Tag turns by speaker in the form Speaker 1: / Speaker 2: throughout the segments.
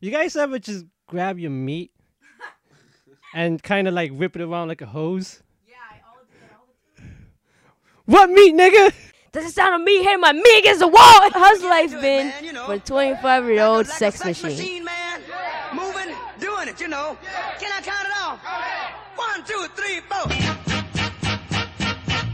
Speaker 1: You guys ever just grab your meat and kind of like whip it around like a hose?
Speaker 2: Yeah, I all do that all the time.
Speaker 1: What meat, nigga?
Speaker 3: That's the sound of me hitting my meat against the wall. How's life
Speaker 4: do it,
Speaker 3: been
Speaker 4: man, you know.
Speaker 3: for a 25 year old
Speaker 4: Like a
Speaker 3: sex machine?
Speaker 4: machine, man. Moving, doing it, you know. Can I count it off? One, two, three, four.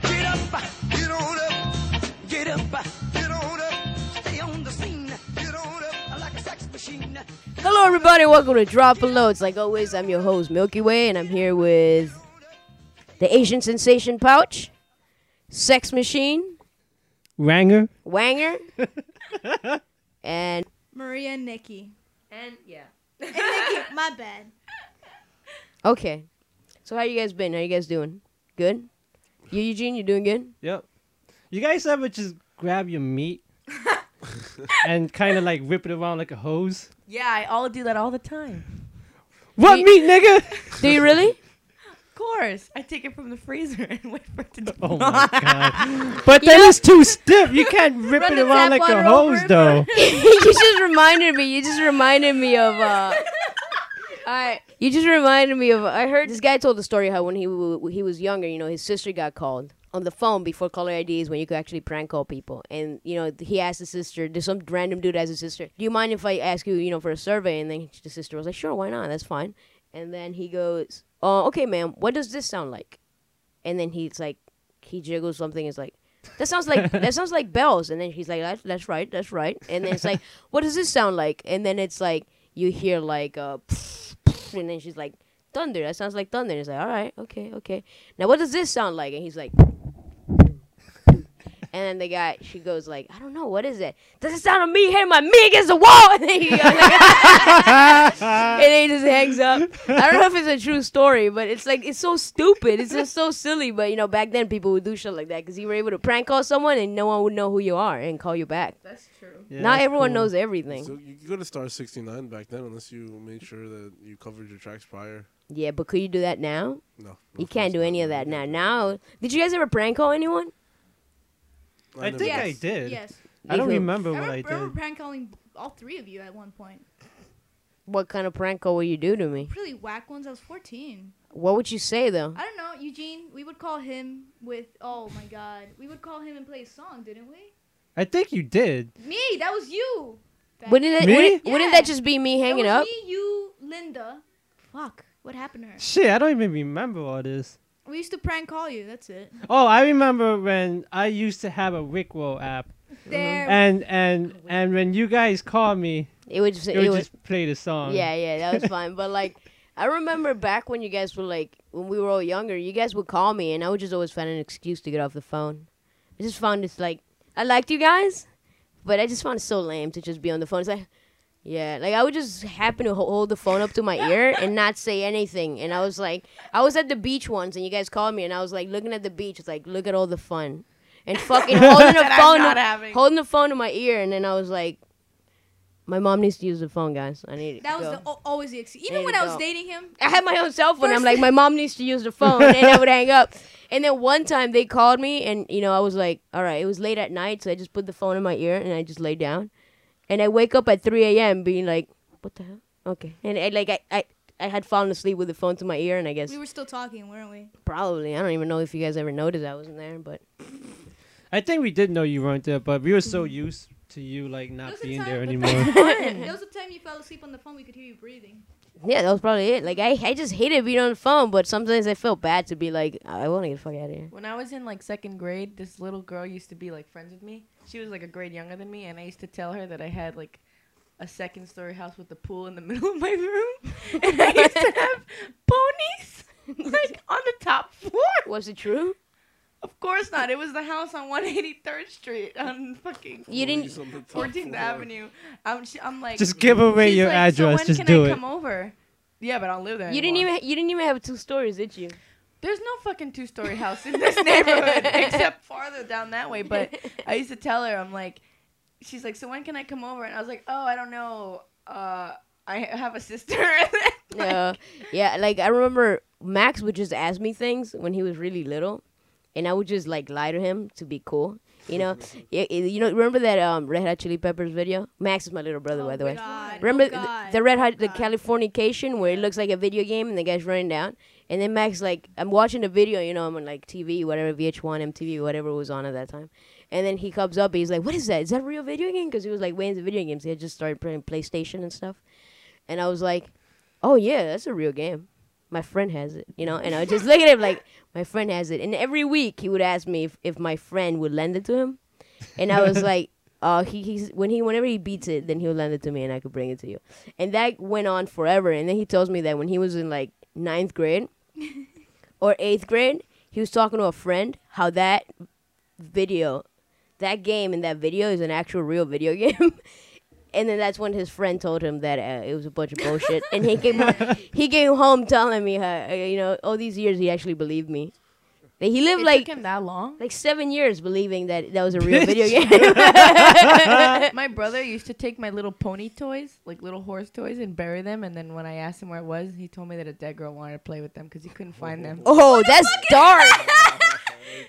Speaker 4: Get up, get on up, get up, get on up. Stay on the scene, get on up like a sex machine.
Speaker 3: Hello, everybody. Welcome to Drop a Loads. Like always, I'm your host, Milky Way, and I'm here with the Asian Sensation Pouch, Sex Machine,
Speaker 1: Ranger?
Speaker 3: Wanger, and.
Speaker 2: Maria and Nikki.
Speaker 3: And, yeah.
Speaker 2: And Nikki, my bad.
Speaker 3: Okay. So, how you guys been? How you guys doing? Good? You, Eugene, you doing good?
Speaker 1: Yep. You guys ever just grab your meat and kind of like whip it around like a hose?
Speaker 2: Yeah, I all do that all the time.
Speaker 1: What
Speaker 3: Ye-
Speaker 1: meat, nigga?
Speaker 3: Do you really?
Speaker 2: Of course. I take it from the freezer and wait for it to
Speaker 1: Oh my god. But that is too stiff. You can't rip
Speaker 2: Run
Speaker 1: it
Speaker 2: the
Speaker 1: around
Speaker 2: tap
Speaker 1: like a
Speaker 2: water
Speaker 1: hose,
Speaker 2: over it.
Speaker 1: though.
Speaker 3: you just reminded me. You just reminded me of. uh I. You just reminded me of. I heard this guy told the story how when he w- he was younger, you know, his sister got called on the phone before caller IDs when you could actually prank call people, and you know he asked his sister. There's some random dude asked his sister, "Do you mind if I ask you, you know, for a survey?" And then the sister was like, "Sure, why not? That's fine." And then he goes, "Oh, okay, ma'am. What does this sound like?" And then he's like, he jiggles something. It's like, that sounds like that sounds like bells. And then he's like, that's, that's right, that's right. And then it's like, what does this sound like? And then it's like you hear like uh, and then she's like, thunder. That sounds like thunder. And it's like, all right, okay, okay. Now what does this sound like? And he's like. And then the guy, she goes like, I don't know, what is it? Does it sound of me hitting my me against the wall? And then he goes and then he just hangs up. I don't know if it's a true story, but it's like it's so stupid. It's just so silly. But you know, back then people would do shit like that because you were able to prank call someone and no one would know who you are and call you back.
Speaker 2: That's true.
Speaker 1: Yeah,
Speaker 3: now
Speaker 1: that's
Speaker 3: everyone
Speaker 1: cool.
Speaker 3: knows everything.
Speaker 5: So you go to star sixty nine back then, unless you made sure that you covered your tracks prior.
Speaker 3: yeah, but could you do that now?
Speaker 5: No, no
Speaker 3: You can't
Speaker 5: offense,
Speaker 3: do
Speaker 5: but
Speaker 3: any of
Speaker 5: you
Speaker 3: that now.
Speaker 5: can't
Speaker 3: Now, did you guys ever prank call anyone?
Speaker 5: do-
Speaker 1: I
Speaker 5: never
Speaker 1: think
Speaker 5: did.
Speaker 1: I did.
Speaker 2: Yes.
Speaker 1: I don't
Speaker 3: Because-
Speaker 1: remember
Speaker 2: I
Speaker 1: what I
Speaker 2: remember, I remember
Speaker 1: did.
Speaker 2: prank calling all three of you at one point.
Speaker 3: What kind of prank call would you do to me?
Speaker 2: Really whack ones. I was 14.
Speaker 3: What would you say though?
Speaker 2: I don't know, Eugene. We would call him with. Oh my God. We would call him and play a song, didn't we?
Speaker 1: I think you did.
Speaker 2: Me. That was you. Back-
Speaker 3: Wouldn't that,
Speaker 1: Me?
Speaker 3: Wouldn't, wouldn't
Speaker 2: Yeah.
Speaker 3: that just be me
Speaker 2: That
Speaker 3: hanging
Speaker 2: was
Speaker 3: up?
Speaker 2: Me, you, Linda. Fuck. What happened to her?
Speaker 1: Shit, I don't even remember all this.
Speaker 2: We used to prank call you. That's it.
Speaker 1: Oh, I remember when I used to have a Rickroll app,
Speaker 2: There.
Speaker 1: and and and when you guys called me,
Speaker 3: It would just
Speaker 1: it would just play the song.
Speaker 3: Yeah, yeah, that was fun. But like, I remember back when you guys were like, when we were all younger, you guys would call me, and I would just always find an excuse to get off the phone. I just found it's like I liked you guys, but I just found it so lame to just be on the phone. It's like, yeah, like I would just happen to ho- hold the phone up to my ear and not say anything. And I was like, I was at the beach once, and you guys called me, and I was like looking at the beach. It's like, look at all the fun. And fucking holding the
Speaker 2: That I'm
Speaker 3: phone,
Speaker 2: not
Speaker 3: to-
Speaker 2: having.
Speaker 3: holding the phone to my ear, and then I was like, "My mom needs to use the phone, guys. I need."
Speaker 2: That
Speaker 3: to
Speaker 2: was
Speaker 3: go.
Speaker 2: the, al- always the excuse.
Speaker 3: There
Speaker 2: Even
Speaker 3: you
Speaker 2: when I was
Speaker 3: go.
Speaker 2: dating him,
Speaker 3: I had my own cell phone. i I'm
Speaker 2: First-
Speaker 3: like, my mom needs to use the phone, and I would hang up. And then one time they called me, and you know, I was like, all right, it was late at night, so I just put the phone in my ear and I just lay down. And I wake up at 3 a.m. being like, what the hell? Okay, and I, like I, I, I had fallen asleep with the phone to my ear, and I guess
Speaker 2: we were still talking, weren't we?
Speaker 3: probably I don't even know if you guys ever noticed I wasn't there, but
Speaker 1: I think we did know you weren't there, but we were so used to you like
Speaker 2: There
Speaker 1: not
Speaker 2: was a
Speaker 1: being
Speaker 2: time-
Speaker 1: there
Speaker 2: but
Speaker 1: anymore.
Speaker 2: that's fine. There was a time you fell asleep on the phone. We could hear you breathing.
Speaker 3: yeah, that was probably it. Like I, I just hated being on the phone, but sometimes I felt bad to be like, I want to get the fuck out of here.
Speaker 6: When I was in like second grade, this little girl used to be like friends with me. She was like a grade younger than me, and I used to tell her that I had like a second story house with a pool in the middle of my room, and I used to have ponies like on the top floor.
Speaker 3: Was it true?
Speaker 6: Of course not. It was the house on 183rd Street on fucking
Speaker 3: You didn't.
Speaker 5: Police on the top
Speaker 6: 14th
Speaker 5: floor.
Speaker 6: Avenue. I'm, she, I'm like,
Speaker 1: Just give away
Speaker 6: she's
Speaker 1: your
Speaker 6: like, "So
Speaker 1: address.
Speaker 6: when
Speaker 1: Just
Speaker 6: can
Speaker 1: do
Speaker 6: I
Speaker 1: it.
Speaker 6: Come over. Yeah, but I don't live there.
Speaker 3: You didn't
Speaker 6: anymore.
Speaker 3: even. You didn't even have two stories, did you?
Speaker 6: There's no fucking two story house in this neighborhood except farther down that way. But I used to tell her, I'm like, she's like, so when can I come over? And I was like, oh, I don't know. Uh, I have a sister. Like,
Speaker 3: Yeah, yeah. Like I remember Max would just ask me things when he was really little, and I would just like lie to him to be cool. You know, you, you know. Remember that um, Red Hot Chili Peppers video? Max is my little brother, by Oh, the way.
Speaker 2: God.
Speaker 3: Remember
Speaker 2: oh,
Speaker 3: th-
Speaker 2: God.
Speaker 3: the Red Hot, the
Speaker 2: God.
Speaker 3: Californication, where it looks like a video game and the guy's running down, and then Max like, I'm watching the video, you know, I'm on like TV, whatever VH1, MTV, whatever was on at that time, and then he comes up, and he's like, "What is that? Is that a real video game?" Because he was like way into video games, he had just started playing PlayStation and stuff, and I was like, "Oh yeah, that's a real game." My friend has it, you know, and I would just look at him like, my friend has it. And every week he would ask me if, if my friend would lend it to him. And I was like, uh, he, he's when he whenever he beats it, then he'll lend it to me and I could bring it to you. And that went on forever. And then he tells me that when he was in like ninth grade or eighth grade, he was talking to a friend how that video, that game in that video is an actual real video game. And then that's when his friend told him that uh, it was a bunch of bullshit. and he came, he came home telling me, how, uh, you know, all these years he actually believed me. That he lived
Speaker 6: It
Speaker 3: like
Speaker 6: took him that long.
Speaker 3: like seven years believing that that was a real video game.
Speaker 6: my brother used to take my little pony toys, like little horse toys, and bury them. And then when I asked him where it was, he told me that a dead girl wanted to play with them because he couldn't find them.
Speaker 3: oh, that's dark.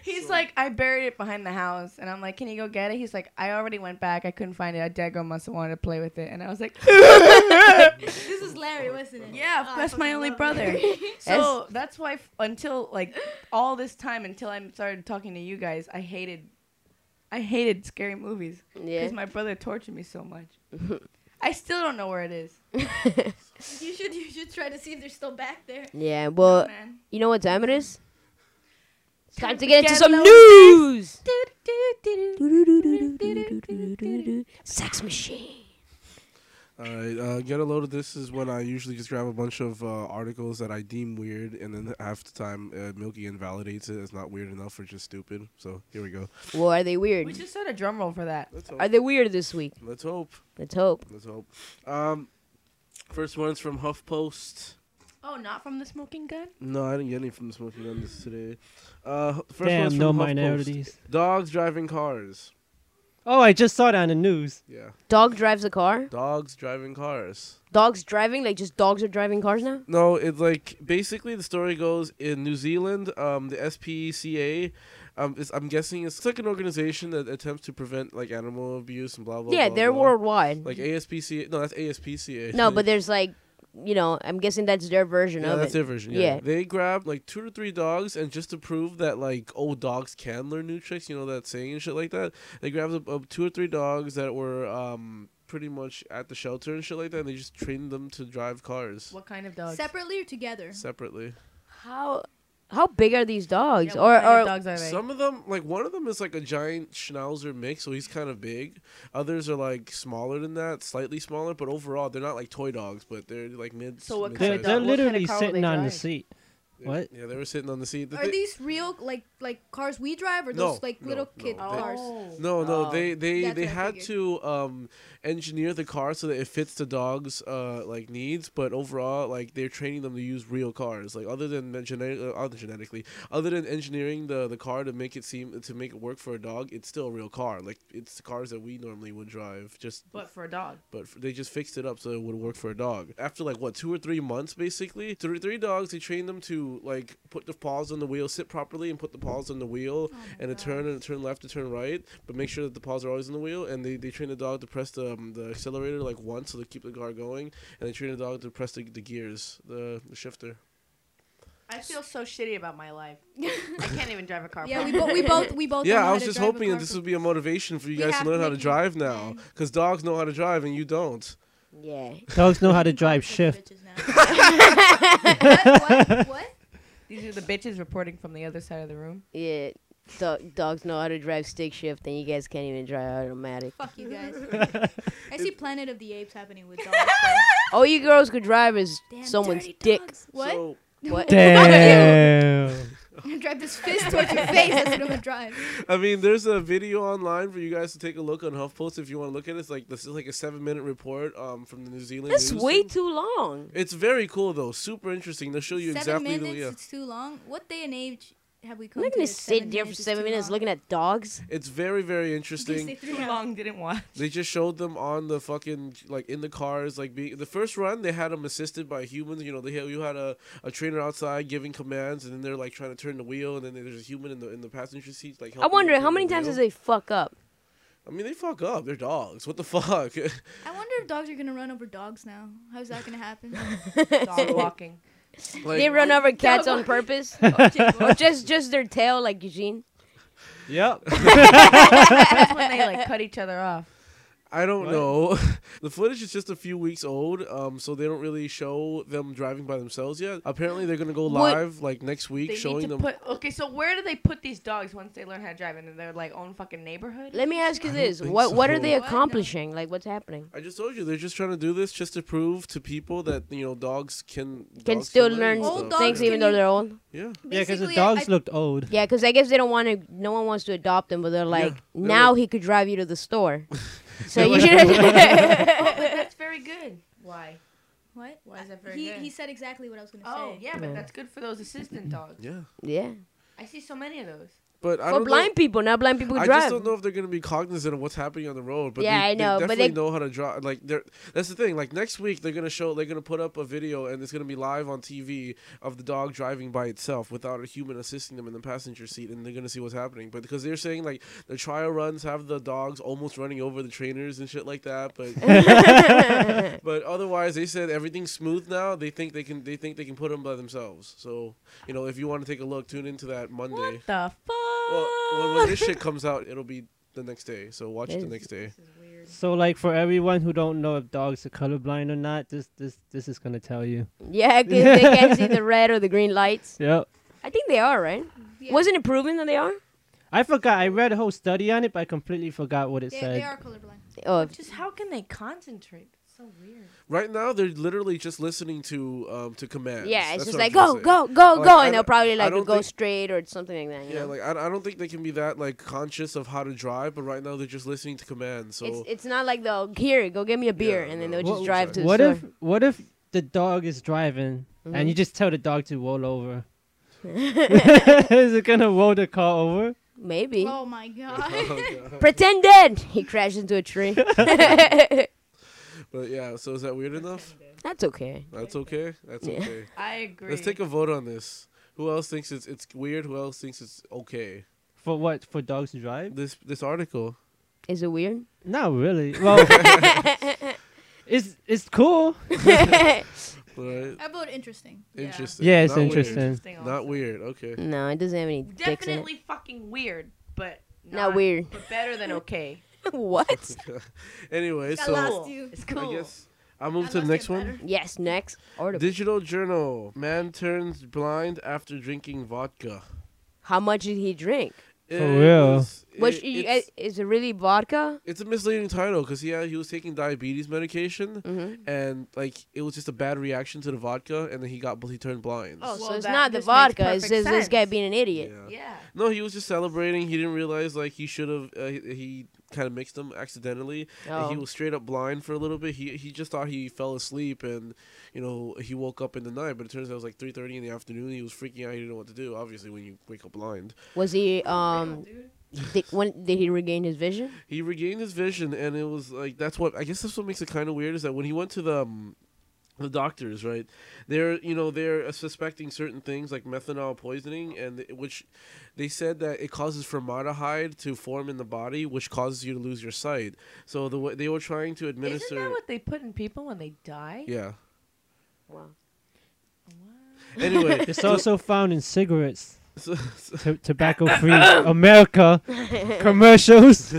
Speaker 6: He's like, I buried it behind the house, and I'm like, can you go get it? He's like, I already went back. I couldn't find it. A dead girl must have wanted to play with it. And I was like,
Speaker 2: This is Larry, wasn't it?
Speaker 6: Yeah,
Speaker 2: Oh, I
Speaker 6: that's
Speaker 2: fucking
Speaker 6: my only
Speaker 2: love
Speaker 6: brother.
Speaker 2: Larry.
Speaker 6: so that's why f- until like all this time until I started talking to you guys, I hated, I hated scary movies
Speaker 3: Yeah.
Speaker 6: because my brother tortured me so much. I still don't know where it is.
Speaker 2: you should you should try to see if they're still back there.
Speaker 3: yeah. Well,
Speaker 6: Man.
Speaker 3: you know what time it is? It's time to
Speaker 6: to
Speaker 3: get into
Speaker 6: get
Speaker 3: some
Speaker 6: low
Speaker 3: news. Sex machine.
Speaker 5: All right, uh, get a load of this is when I usually just grab a bunch of uh, articles that I deem weird, and then half the time uh, Milky invalidates it as not weird enough or just stupid. So here we go.
Speaker 3: Well, are they
Speaker 6: We
Speaker 3: weird?
Speaker 6: should start a drum roll for that.
Speaker 5: Let's
Speaker 3: Are
Speaker 5: hope.
Speaker 3: they weird this week?
Speaker 5: Let's hope.
Speaker 3: Let's hope.
Speaker 5: Let's hope. Um, first one's from HuffPost.
Speaker 6: Oh, not from the smoking gun.
Speaker 5: No, I didn't get any from the smoking gun this today. Uh, hu- first one's
Speaker 1: Damn,
Speaker 5: from
Speaker 1: no
Speaker 5: HuffPost.
Speaker 1: minorities.
Speaker 5: Dogs driving cars.
Speaker 1: Oh, I just saw that on the news.
Speaker 5: Yeah,
Speaker 3: Dog drives a car.
Speaker 5: dogs driving cars.
Speaker 3: Dogs driving like just dogs are driving cars now.
Speaker 5: No, it's like basically the story goes in New Zealand, um, the SPCA. Um, is, I'm guessing it's like an organization that attempts to prevent like animal abuse and blah blah.
Speaker 3: yeah,
Speaker 5: blah,
Speaker 3: they're
Speaker 5: blah.
Speaker 3: worldwide.
Speaker 5: Like ASPCA. No, that's ASPCA.
Speaker 3: no, but there's like, you know, I'm guessing that's their version
Speaker 5: Yeah,
Speaker 3: of
Speaker 5: that's
Speaker 3: it.
Speaker 5: their version. Yeah.
Speaker 3: Yeah.
Speaker 5: they grabbed like two to three dogs, and just to prove that like old dogs can learn new tricks, you know that saying and shit like that. They grabbed uh, two or three dogs that were um pretty much at the shelter and shit like that, and they just trained them to drive cars
Speaker 6: What kind
Speaker 3: oh,
Speaker 6: of dogs?
Speaker 2: Separately or together?
Speaker 5: separately.
Speaker 3: How how big are these dogs?
Speaker 6: Yeah, what
Speaker 3: or
Speaker 6: kind of
Speaker 3: or
Speaker 6: dogs are they?
Speaker 5: Some of them, like one of them, is like a giant schnauzer mix, so he's kind of big. Others are like smaller than that, slightly smaller, but overall they're not like toy dogs, but they're like mid.
Speaker 6: So what
Speaker 1: They're,
Speaker 6: kind of
Speaker 1: they're
Speaker 6: dog- what kind of
Speaker 1: literally
Speaker 6: car will
Speaker 1: sitting
Speaker 6: they
Speaker 1: on the
Speaker 6: drive?
Speaker 1: seat.
Speaker 5: Yeah,
Speaker 1: What?
Speaker 5: Yeah, they were sitting on the seat. The
Speaker 2: Are
Speaker 5: thi-
Speaker 2: these real like like cars we drive or
Speaker 5: No,
Speaker 2: those like
Speaker 5: no,
Speaker 2: little
Speaker 5: no,
Speaker 2: kid
Speaker 5: they-
Speaker 2: cars?
Speaker 5: No, no,
Speaker 6: Oh.
Speaker 5: they they,
Speaker 2: That's
Speaker 5: they
Speaker 2: what I
Speaker 5: had to um, engineer the car so that it fits the dog's uh, like needs, but overall, like they're training them to use real cars. Like other than the genetic, uh, other genetically, other than engineering the, the car to make it seem to make it work for a dog, it's still a real car. Like it's the cars that we normally would drive. Just
Speaker 6: But for a dog.
Speaker 5: but f- they just fixed it up so it would work for a dog. After like what two or three months, basically, three three dogs. They trained them to like put the paws on the wheel, sit properly, and put the paws on the wheel,
Speaker 2: Oh
Speaker 5: and a turn and a turn left, a turn right, but make sure that the paws are always on the wheel. And they, they train the dog to press the um, the accelerator like once so they keep the car going, and they train the dog to press the, the gears, the, the shifter.
Speaker 6: I feel so shitty about my life. I can't even drive a car.
Speaker 2: Yeah, we, bo- we both we both. don't
Speaker 5: yeah,
Speaker 2: know
Speaker 5: I
Speaker 2: how
Speaker 5: was
Speaker 2: to
Speaker 5: just
Speaker 2: drive a
Speaker 5: hoping
Speaker 2: car
Speaker 5: that this
Speaker 2: for-
Speaker 5: would be a motivation for you
Speaker 2: We
Speaker 5: guys
Speaker 2: have
Speaker 5: to learn how to
Speaker 2: maybe-
Speaker 5: drive now, because dogs know how to drive and you don't.
Speaker 3: yeah.
Speaker 1: Dogs know how to drive
Speaker 2: Such
Speaker 1: shift.
Speaker 2: bitches now. what, what? What?
Speaker 6: These are the bitches reporting from the other side of the room.
Speaker 3: Yeah, do- dogs know how to drive stick shift, and you guys can't even drive automatic.
Speaker 2: Fuck you guys. I see Planet of the Apes happening with dogs. though.
Speaker 3: All you girls could drive is
Speaker 2: Damn
Speaker 3: someone's
Speaker 2: dirty
Speaker 3: dick.
Speaker 2: dogs. What?
Speaker 5: So,
Speaker 3: What?
Speaker 1: Damn.
Speaker 2: I'm gonna drive this fist towards your face. That's what I'm gonna drive.
Speaker 5: I mean, there's a video online for you guys to take a look on HuffPost if you want to look at it. It's like this is like a seven minute report um from the New Zealand.
Speaker 3: That's
Speaker 5: news
Speaker 3: way
Speaker 5: thing.
Speaker 3: too long.
Speaker 5: It's very cool though, super interesting. They'll show you
Speaker 2: Seven
Speaker 5: exactly
Speaker 2: minutes.
Speaker 5: the yeah.
Speaker 2: It's too long. What day and age have we
Speaker 3: I'm
Speaker 2: come?
Speaker 3: not
Speaker 2: to
Speaker 3: gonna
Speaker 2: that
Speaker 3: sit there for
Speaker 2: is
Speaker 3: seven
Speaker 2: too
Speaker 3: minutes
Speaker 2: long?
Speaker 3: looking at dogs.
Speaker 5: It's very very
Speaker 2: They say
Speaker 5: interesting.
Speaker 2: three
Speaker 6: Too
Speaker 2: hours.
Speaker 6: long didn't watch.
Speaker 5: They just showed them on the fucking like in the cars like being the first run they had them assisted by humans. You know they had, you had a, a trainer outside giving commands and then they're like trying to turn the wheel and then there's a human in the in the passenger seat like.
Speaker 3: I
Speaker 5: helping
Speaker 3: wonder
Speaker 5: them
Speaker 3: how
Speaker 5: turn
Speaker 3: many
Speaker 5: the
Speaker 3: times
Speaker 5: wheel.
Speaker 3: does they fuck up.
Speaker 5: I mean they fuck up. They're dogs. What the fuck?
Speaker 2: I wonder if dogs are gonna run over dogs now. How's that gonna happen?
Speaker 6: Dog walking.
Speaker 5: like,
Speaker 3: They run over cats
Speaker 2: dog-
Speaker 3: on purpose,
Speaker 2: That's
Speaker 3: or just just their tail, like Eugene.
Speaker 1: Yep.
Speaker 6: That's when they like cut each other off.
Speaker 5: I don't
Speaker 1: What?
Speaker 5: know. the footage is just a few weeks old, um, so they don't really show them driving by themselves yet. Apparently, they're gonna go
Speaker 3: What-
Speaker 5: live like next week,
Speaker 6: They need
Speaker 5: showing
Speaker 6: to
Speaker 5: them.
Speaker 6: put. Okay, so where do they put these dogs once they learn how to drive in their like own fucking neighborhood? Oh,
Speaker 3: Let me ask you
Speaker 5: I don't
Speaker 3: this:
Speaker 5: think
Speaker 3: what what are
Speaker 5: so.
Speaker 3: they
Speaker 2: What? No.
Speaker 3: accomplishing? Like, what's happening?
Speaker 5: I just told you they're just trying to do this just to prove to people that you know dogs can
Speaker 3: Can
Speaker 5: dogs
Speaker 3: still
Speaker 5: learn
Speaker 3: learn
Speaker 5: stuff.
Speaker 2: Old
Speaker 3: things
Speaker 2: dogs
Speaker 3: even
Speaker 2: can
Speaker 3: though
Speaker 2: eat-
Speaker 3: they're old.
Speaker 5: Yeah,
Speaker 1: Yeah, because the
Speaker 2: Basically,
Speaker 1: dogs
Speaker 2: I-
Speaker 1: looked old.
Speaker 3: Yeah, because I guess they don't want to. No one wants to adopt them, but they're like,
Speaker 5: they're
Speaker 3: now
Speaker 5: like-
Speaker 3: he could drive you to the store. So
Speaker 1: They're
Speaker 3: you
Speaker 1: like-
Speaker 6: Oh, but
Speaker 3: should.
Speaker 6: that's very good. Why?
Speaker 2: What?
Speaker 6: Why is that very
Speaker 2: He
Speaker 6: good?
Speaker 2: he said exactly what I was gonna
Speaker 6: Oh,
Speaker 2: say.
Speaker 6: yeah, but
Speaker 3: Yeah.
Speaker 6: that's good for those assistant dogs.
Speaker 5: yeah.
Speaker 3: yeah,
Speaker 6: I see so many of those.
Speaker 5: But I
Speaker 3: for
Speaker 5: don't
Speaker 3: blind people, not blind people
Speaker 5: know.
Speaker 3: who
Speaker 5: I
Speaker 3: drive.
Speaker 5: just don't know if they're gonna be cognizant of what's happening on the road. But
Speaker 3: Yeah,
Speaker 5: they,
Speaker 3: I know,
Speaker 5: They
Speaker 3: but
Speaker 5: definitely
Speaker 3: they-
Speaker 5: know how to drive. Like they're that's the thing. Like next week, they're gonna show. They're gonna put up a video, and it's gonna be live on TV of the dog driving by itself without a human assisting them in the passenger seat, and they're gonna see what's happening. But because they're saying like the trial runs have the dogs almost running over the trainers and shit like that, but. But otherwise, they said everything's smooth now. They think they can. They think they can put them by themselves. So, you know, if you want to take a look, tune into that Monday.
Speaker 6: What the fuck?
Speaker 5: Well, when, when this shit comes out, it'll be the next day. So watch it the
Speaker 3: Yes.
Speaker 5: next day.
Speaker 6: This is weird.
Speaker 1: So like for everyone who don't know if dogs are colorblind or not, this this this is gonna tell you.
Speaker 3: yeah, 'cause they can't see the red or the green lights.
Speaker 1: Yep.
Speaker 3: I think they are right.
Speaker 2: Yeah.
Speaker 3: Wasn't it proven that they are?
Speaker 1: I forgot. I read a whole study on it, but I completely forgot what it
Speaker 2: They,
Speaker 1: said.
Speaker 2: they are colorblind.
Speaker 3: Oh,
Speaker 6: Just how can they concentrate? That's so weird.
Speaker 5: Right now, they're literally just listening to um to commands.
Speaker 3: yeah. It's
Speaker 5: That's
Speaker 3: just
Speaker 5: what I'm
Speaker 3: like
Speaker 5: trying
Speaker 3: go,
Speaker 5: to say.
Speaker 3: go, go,
Speaker 5: Like,
Speaker 3: go,
Speaker 5: I
Speaker 3: and they'll
Speaker 5: don't- I
Speaker 3: probably like
Speaker 5: don't
Speaker 3: go
Speaker 5: think-
Speaker 3: straight or something like that. you
Speaker 5: Yeah,
Speaker 3: know?
Speaker 5: like I, I don't think they can be that like conscious of how to drive, but right now they're just listening to commands. So
Speaker 3: it's it's not like they'll here, go get me a beer, and then
Speaker 5: no.
Speaker 3: they'll just
Speaker 1: What-
Speaker 3: drive to the
Speaker 1: what
Speaker 3: store. Mm-hmm.
Speaker 1: if what if the dog is driving and you just tell the dog to roll over? is it gonna roll the car over?
Speaker 3: Maybe.
Speaker 2: Oh my god.
Speaker 3: Pretend dead. He crashed into a tree.
Speaker 5: but yeah, so is that weird enough?
Speaker 3: That's okay.
Speaker 5: That's okay. That's
Speaker 3: Yeah.
Speaker 5: okay.
Speaker 6: I agree.
Speaker 5: Let's take a vote on this. Who else thinks it's it's weird? Who else thinks it's okay?
Speaker 1: For what? For dogs to drive?
Speaker 5: This this article.
Speaker 3: Is it weird?
Speaker 1: Not really. Well, it's it's cool.
Speaker 5: Right.
Speaker 2: How about interesting?
Speaker 5: Interesting.
Speaker 1: Yeah, it's
Speaker 5: Not weird.
Speaker 1: interesting.
Speaker 5: Not weird. Okay.
Speaker 3: No, it doesn't have any dicks in it.
Speaker 6: Definitely fucking weird, but
Speaker 3: Not weird.
Speaker 6: But better than okay.
Speaker 3: what?
Speaker 5: anyway,
Speaker 2: Got
Speaker 5: so
Speaker 2: lost you.
Speaker 6: It's cool.
Speaker 5: I guess I'll move
Speaker 2: I
Speaker 5: to the
Speaker 2: lost
Speaker 5: next
Speaker 2: it
Speaker 5: one.
Speaker 2: better.
Speaker 3: Yes, next article.
Speaker 5: Digital Journal. Man turns blind after drinking vodka.
Speaker 3: How much did he drink?
Speaker 5: For
Speaker 1: real?
Speaker 3: Which you-
Speaker 5: it's,
Speaker 3: uh, is it really vodka?
Speaker 5: it's a misleading title because yeah, he was taking diabetes medication
Speaker 3: Mm-hmm.
Speaker 5: and like it was just a bad reaction to the vodka and then he got he turned blind.
Speaker 3: Oh,
Speaker 6: Well,
Speaker 3: so it's
Speaker 6: that
Speaker 3: not the
Speaker 6: just makes
Speaker 3: vodka. It's
Speaker 6: perfect
Speaker 3: just this guy
Speaker 6: sense.
Speaker 3: being an
Speaker 5: yeah.
Speaker 3: idiot.
Speaker 6: Yeah.
Speaker 5: No, he was just celebrating. He didn't realize like he should have. Uh, he kind of mixed them accidentally, and he
Speaker 3: Oh.
Speaker 5: was straight up blind for a little bit. He he just thought he fell asleep, and you know he woke up in the night. But it turns out it was like three thirty in the afternoon. He was freaking out. He didn't know what to do. Obviously, when you wake up blind,
Speaker 3: Was he um? Did, when did he regain his vision?
Speaker 5: he regained his vision, and it was like that's what I guess that's what makes it kind of weird is that when he went to the. Um, the doctors, right? They're you know they're uh, suspecting certain things like methanol poisoning, and th- which they said that it causes formaldehyde to form in the body, which causes you to lose your sight. So the way they were trying to administer,
Speaker 6: Isn't that what they put in people when they die?
Speaker 5: yeah.
Speaker 3: Wow.
Speaker 5: Anyway,
Speaker 1: It's
Speaker 5: so-
Speaker 1: also found in cigarettes.
Speaker 5: so, so,
Speaker 1: T- tobacco-free America commercials.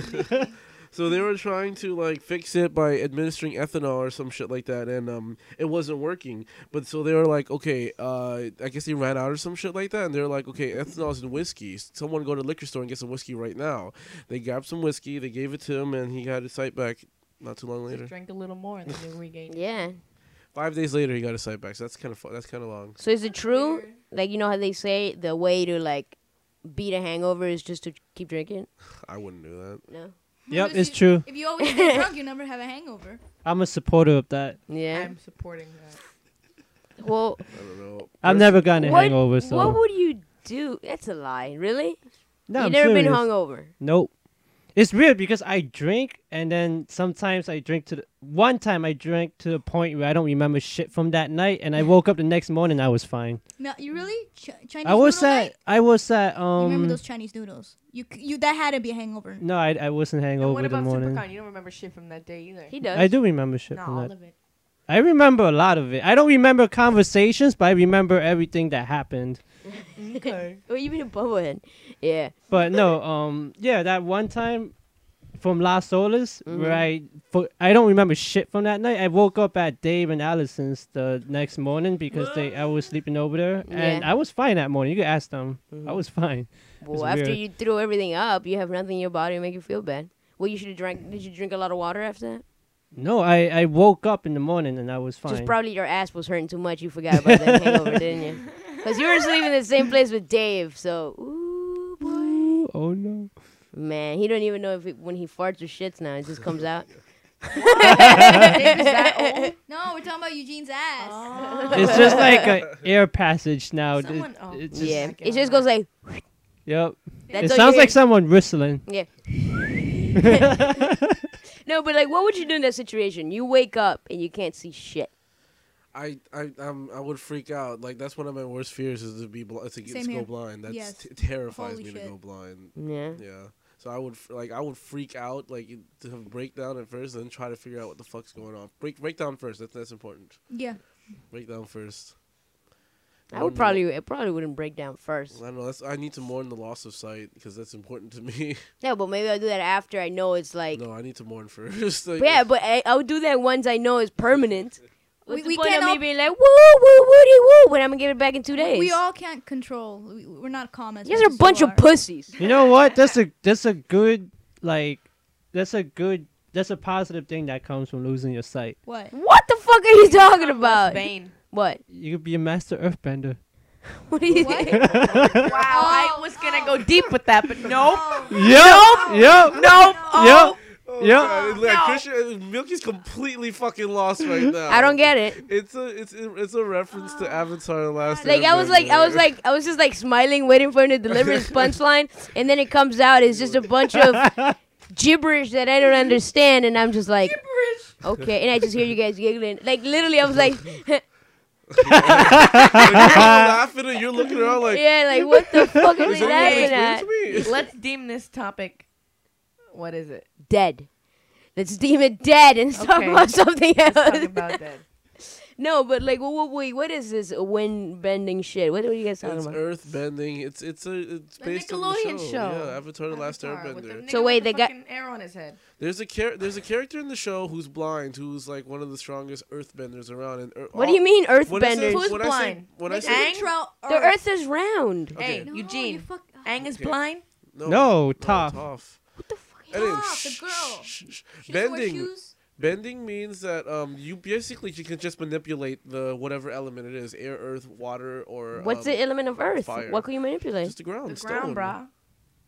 Speaker 5: so they were trying to like fix it by administering ethanol or some shit like that, and um, it wasn't working. But so they were like, okay, uh, I guess they ran out or some shit like that, and they're like, okay, ethanol's in whiskey. Someone go to the liquor store and get some whiskey right now. They grabbed some whiskey, they gave it to him, and he got his sight back. Not too long later,
Speaker 6: Just drink a little more and then they regain.
Speaker 3: Yeah.
Speaker 5: five days later, he got his sight back. So that's kind of fu- that's kind of long.
Speaker 3: So is it true? Like you know how they say the way to like beat a hangover is just to keep drinking.
Speaker 5: I wouldn't do that.
Speaker 3: No.
Speaker 1: yep,
Speaker 2: Because
Speaker 1: it's
Speaker 2: you-
Speaker 1: true.
Speaker 2: If you always get drunk, you never have a hangover.
Speaker 1: I'm a supporter of that.
Speaker 3: Yeah.
Speaker 6: I'm supporting that.
Speaker 3: well,
Speaker 5: I don't know.
Speaker 1: I've
Speaker 5: Pers-
Speaker 1: never gotten a
Speaker 3: what,
Speaker 1: hangover, so
Speaker 3: what would you do. That's a lie. Really?
Speaker 1: No,
Speaker 3: you
Speaker 1: I'm
Speaker 3: never been
Speaker 1: serious.
Speaker 3: hungover.
Speaker 1: Nope. It's weird because I drink and then sometimes I drink to the one time I drank to the point where I don't remember shit from that night and I woke up the next morning I was fine.
Speaker 2: No, you really Ch- Chinese
Speaker 1: I was
Speaker 2: noodle
Speaker 1: at
Speaker 2: night?
Speaker 1: I was at
Speaker 2: You remember
Speaker 1: um
Speaker 2: those Chinese noodles? You c- you that had to be a hangover.
Speaker 1: no I I wasn't
Speaker 6: And
Speaker 1: hangover
Speaker 6: what
Speaker 1: the
Speaker 6: about
Speaker 1: morning.
Speaker 6: Supercon? You don't remember shit from that day either.
Speaker 3: He does.
Speaker 1: I do remember shit
Speaker 6: Not
Speaker 1: from
Speaker 6: all
Speaker 1: that.
Speaker 6: of it.
Speaker 1: I remember a lot of it. I don't remember conversations, but I remember everything that happened.
Speaker 6: Okay.
Speaker 3: Oh, you mean a bubblehead? Yeah.
Speaker 1: But no, um, yeah, that one time from Las Olas, where I,
Speaker 3: Mm-hmm.
Speaker 1: fo- I don't remember shit from that night. I woke up at Dave and Allison's the next morning because they I was sleeping over there, and
Speaker 3: Yeah.
Speaker 1: I was fine that morning. You could ask them.
Speaker 3: Mm-hmm.
Speaker 1: I was fine.
Speaker 3: Well,
Speaker 1: It's
Speaker 3: after
Speaker 1: weird.
Speaker 3: you threw everything up, you have nothing in your body to make you feel bad. Well, you should have drank. Did you drink a lot of water after that?
Speaker 1: No, I, I woke up in the morning and I was fine.
Speaker 3: Just probably your ass was hurting too much. You forgot about that hangover, didn't you? Because you were sleeping in the same place with Dave. So, ooh, boy.
Speaker 1: oh no.
Speaker 3: Man, he don't even know if it, when he farts or shits now. It just comes out.
Speaker 2: No, we're talking about Eugene's ass.
Speaker 3: Oh.
Speaker 1: It's just like a air passage now. It-
Speaker 6: Someone- oh.
Speaker 1: it just-
Speaker 3: yeah,
Speaker 6: like
Speaker 3: it
Speaker 6: it
Speaker 3: just
Speaker 6: on
Speaker 3: goes like.
Speaker 1: Yep.
Speaker 3: That's
Speaker 1: it
Speaker 3: all
Speaker 1: sounds
Speaker 3: you hear.
Speaker 1: like someone whistling.
Speaker 3: Yeah. No, but like, what would you do in that situation? You wake up and you can't see shit.
Speaker 5: I I um, I would freak out. Like that's one of my worst fears is to be bl- to, get,
Speaker 2: Same
Speaker 5: to go
Speaker 2: here.
Speaker 5: blind. That's
Speaker 2: Yes.
Speaker 5: t- terrifies
Speaker 2: Holy
Speaker 5: me to
Speaker 2: shit.
Speaker 5: go blind.
Speaker 3: Yeah.
Speaker 5: Yeah. So I would f- like I would freak out like you- to have breakdown at first, then try to figure out what the fuck's going on. Break breakdown first. That's that's important.
Speaker 2: Yeah.
Speaker 5: Breakdown first.
Speaker 3: I would
Speaker 5: Mourn the-
Speaker 3: probably, I probably wouldn't break down first.
Speaker 5: I don't know. That's, I need to mourn the loss of sight because that's important to me.
Speaker 3: No, but maybe I'll do that after I know it's like.
Speaker 5: no, I need to mourn first. Like,
Speaker 3: But yeah, but I, I'll do that once I know it's permanent. What's
Speaker 2: We-
Speaker 3: the
Speaker 2: we
Speaker 3: point of
Speaker 2: cannot-
Speaker 3: me being like, woo, woo, woody, woo, when I'm gonna get it back in two days?
Speaker 2: We all can't control. We, we're not calm as
Speaker 3: You guys
Speaker 2: much
Speaker 3: are a
Speaker 2: as
Speaker 3: bunch
Speaker 2: you
Speaker 3: of pussies.
Speaker 1: You know what? That's a that's a good like that's a good that's a positive thing that comes from losing your sight.
Speaker 2: What?
Speaker 3: What the fuck are you talking about?
Speaker 6: Bane.
Speaker 3: What?
Speaker 1: You could be a master earthbender.
Speaker 3: What do you
Speaker 2: What?
Speaker 3: think?
Speaker 6: Wow, I was gonna go deep with that, but no,
Speaker 1: Yep. Yep.
Speaker 6: no,
Speaker 1: Yep.
Speaker 6: oh,
Speaker 5: Oh,
Speaker 1: Yep.
Speaker 5: God, like,
Speaker 6: No.
Speaker 5: Christian, uh, Milky's completely fucking lost right now.
Speaker 3: I don't get it.
Speaker 5: It's a it's it's a reference to Avatar: The Last.
Speaker 3: Like I was like I was like I was just like smiling, waiting for him to deliver his punchline, and then it comes out. It's just a bunch of gibberish that I don't understand, and I'm just like, okay. And I just hear you guys giggling. Like literally, I was like,
Speaker 5: Like, you're laughing and you're looking around like.
Speaker 3: yeah, like what the fuck are
Speaker 5: Is
Speaker 3: they
Speaker 5: anyone gonna
Speaker 3: laughing
Speaker 5: explain
Speaker 3: at?
Speaker 5: it to me?
Speaker 6: Let's deem this topic. What is it?
Speaker 3: Dead. Let's deem it dead and talk
Speaker 6: Okay.
Speaker 3: about something else.
Speaker 6: Let's talk about that.
Speaker 3: no, but like, wha- wha- wait, what is this wind bending shit? What, what are you guys talking
Speaker 5: It's
Speaker 3: about?
Speaker 5: earth bending. It's it's a it's
Speaker 6: The
Speaker 5: based on
Speaker 6: Nickelodeon
Speaker 5: the show.
Speaker 6: show.
Speaker 5: Yeah, Avatar: The Last
Speaker 6: Avatar with the
Speaker 5: Airbender.
Speaker 6: nigga
Speaker 3: So wait,
Speaker 6: with
Speaker 3: they
Speaker 6: the
Speaker 3: got-
Speaker 6: fucking arrow on his head.
Speaker 5: There's a char- there's a character in the show who's blind, who's like one of the strongest earthbenders around. And ear-
Speaker 3: What do
Speaker 5: all-
Speaker 3: you mean
Speaker 5: when I say-
Speaker 3: earthbenders?
Speaker 6: Who's
Speaker 5: when I say-
Speaker 6: blind?
Speaker 5: When I
Speaker 2: Like,
Speaker 5: say
Speaker 6: Aang?
Speaker 2: Trout
Speaker 3: The earth is round.
Speaker 5: Okay.
Speaker 6: Hey,
Speaker 2: No, You
Speaker 6: Eugene.
Speaker 2: fuck- oh,
Speaker 6: Ang is
Speaker 5: Okay.
Speaker 6: blind.
Speaker 5: no,
Speaker 1: No, Toph.
Speaker 5: Toph.
Speaker 2: fuck
Speaker 5: Anyway,
Speaker 2: off,
Speaker 5: shh,
Speaker 2: the girl.
Speaker 5: shh, shh, shh.
Speaker 2: She doesn't wear
Speaker 5: Bending,
Speaker 2: shoes.
Speaker 5: bending means that um you basically you can just manipulate the whatever element it is, air, earth, water, or
Speaker 3: What's
Speaker 5: um,
Speaker 3: the element of earth?
Speaker 5: fire.
Speaker 3: What can you manipulate?
Speaker 5: Just the ground,
Speaker 6: The
Speaker 5: stone,
Speaker 6: ground, brah.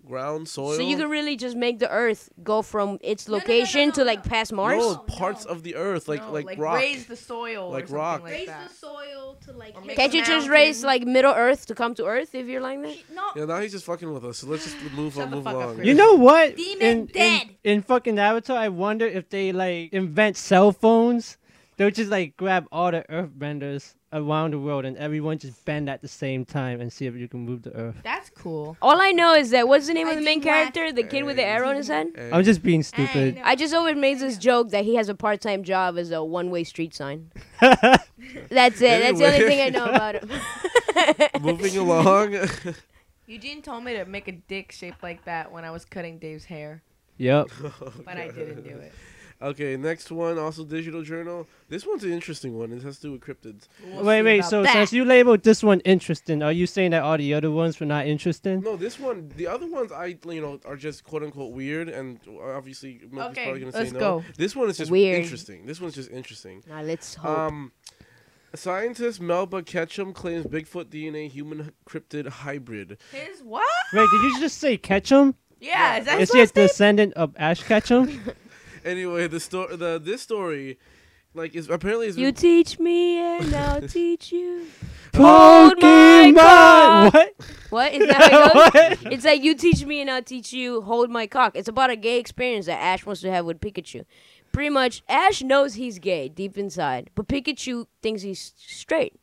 Speaker 5: ground, soil.
Speaker 3: So you can really just make the Earth go from its
Speaker 2: No, no, no,
Speaker 3: location
Speaker 2: no,
Speaker 3: to like
Speaker 2: no.
Speaker 3: past Mars.
Speaker 5: no
Speaker 2: No,
Speaker 5: parts
Speaker 2: no.
Speaker 5: of the earth, like
Speaker 6: No,
Speaker 5: like, rock.
Speaker 6: raise the soil,
Speaker 5: Like
Speaker 6: or something
Speaker 5: rock.
Speaker 6: like
Speaker 2: Raise
Speaker 6: that.
Speaker 2: the soil to like.
Speaker 6: Or
Speaker 2: hit
Speaker 6: make
Speaker 3: Can't
Speaker 6: a
Speaker 3: you just
Speaker 6: mountain.
Speaker 3: raise like Middle Earth to come to Earth if you're like that?
Speaker 2: No,
Speaker 5: Yeah, now he's just fucking with us. So let's just move
Speaker 6: Shut
Speaker 5: on,
Speaker 6: the
Speaker 5: move
Speaker 6: fuck up,
Speaker 5: on.
Speaker 6: Chris.
Speaker 1: You know what?
Speaker 2: Demon
Speaker 1: in,
Speaker 2: dead.
Speaker 1: In, in fucking Avatar, I wonder if they like invent cell phones. They'll just like grab all the earthbenders around the world and everyone just bend at the same time and see if you can move the earth.
Speaker 6: That's cool.
Speaker 3: All I know is that what's the name
Speaker 2: I
Speaker 3: of the main
Speaker 2: think whack-
Speaker 3: character? The kid with the
Speaker 5: Hey.
Speaker 3: arrow on his head.
Speaker 5: Hey,
Speaker 1: I'm just being stupid.
Speaker 6: know.
Speaker 3: I just always made this joke that he has a part-time job as a one-way street sign. That's it. That's the only
Speaker 5: Anyway.
Speaker 3: thing I know about him.
Speaker 5: moving along.
Speaker 6: Eugene told me to make a dick shaped like that when I was cutting Dave's hair,
Speaker 1: Yep.
Speaker 6: but I didn't do it.
Speaker 5: Okay, next one, also digital journal. This one's an interesting one. It has to do with cryptids.
Speaker 6: We'll
Speaker 1: Wait,
Speaker 6: see
Speaker 1: wait.
Speaker 6: about
Speaker 1: So
Speaker 6: that.
Speaker 1: since you labeled this one interesting, are you saying that all the other ones were not interesting?
Speaker 5: No, this one, the other ones, I you know are just quote unquote weird, and obviously Milky's
Speaker 6: Okay,
Speaker 5: probably gonna
Speaker 6: let's
Speaker 5: say no.
Speaker 6: go.
Speaker 5: This one is just
Speaker 3: Weird.
Speaker 5: interesting. This one's just interesting.
Speaker 3: now let's hope.
Speaker 5: Um, scientist Melba Ketchum claims Bigfoot DNA human cryptid hybrid.
Speaker 6: His what?
Speaker 1: Wait, did you just say Ketchum?
Speaker 6: Yeah, is that
Speaker 1: Is
Speaker 6: his
Speaker 1: he a
Speaker 6: last name?
Speaker 1: descendant of Ash Ketchum?
Speaker 5: Anyway, the story, the this story, like is apparently is
Speaker 3: you teach me and I'll teach you. Hold Oh my
Speaker 1: Pokemon.
Speaker 3: cock.
Speaker 1: What?
Speaker 3: What is that how it goes?
Speaker 1: What?
Speaker 3: It's like you teach me and I'll teach you. Hold my cock. It's about a gay experience that Ash wants to have with Pikachu. Pretty much, Ash knows he's gay deep inside, but Pikachu thinks he's straight.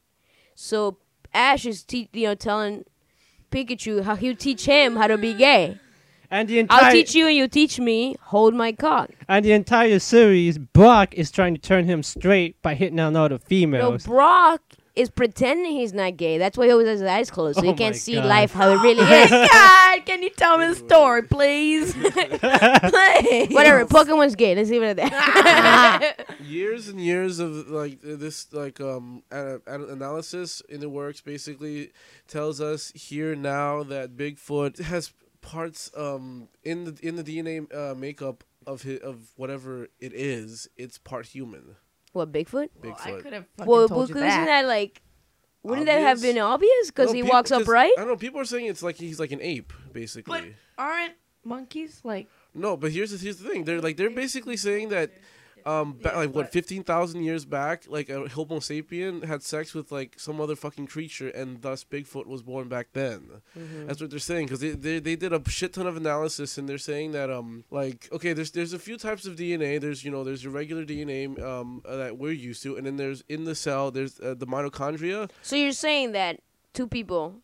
Speaker 3: So Ash is te- you know telling Pikachu how he'll teach him how to be gay.
Speaker 1: And the entire
Speaker 3: I'll teach you and you teach me. Hold my cock.
Speaker 1: and the entire series, Brock is trying to turn him straight by hitting on all the
Speaker 3: No,
Speaker 1: females.
Speaker 3: Brock is pretending he's not gay. That's why he always has his eyes closed, so
Speaker 1: Oh
Speaker 3: he can't
Speaker 1: my
Speaker 3: see
Speaker 1: God.
Speaker 3: life how it really is.
Speaker 6: God, can you tell me the story, please? Please.
Speaker 3: Whatever. Pokemon's gay. Let's leave it at that.
Speaker 5: years and years of like uh, this like um ana- ana- analysis in the works basically tells us here now that Bigfoot has parts um in the in the DNA uh, makeup of his, of whatever it is it's part human
Speaker 3: what Bigfoot?
Speaker 6: Well, I
Speaker 5: Bigfoot.
Speaker 6: could have fucking
Speaker 3: Well,
Speaker 6: told
Speaker 3: because
Speaker 6: you
Speaker 3: isn't
Speaker 6: that.
Speaker 3: that like? Wouldn't that have
Speaker 5: Obvious?
Speaker 3: been obvious? Because
Speaker 5: No,
Speaker 3: he
Speaker 5: people-
Speaker 3: walks
Speaker 5: 'cause-
Speaker 3: upright.
Speaker 5: I don't know. People are saying it's like he's like an ape, basically.
Speaker 6: But aren't monkeys like?
Speaker 5: no, but here's the, here's the thing. They're like they're basically saying that, um, ba-
Speaker 6: Yeah,
Speaker 5: like what
Speaker 6: but-
Speaker 5: fifteen thousand years back, like a Homo sapien had sex with like some other fucking creature, and thus Bigfoot was born back then. That's what they're saying because they, they they did a shit ton of analysis, and they're saying that um like okay, there's there's a few types of DNA. There's you know there's your regular DNA um uh, that we're used to, and then there's in the cell there's uh, the mitochondria.
Speaker 3: So you're saying that two people,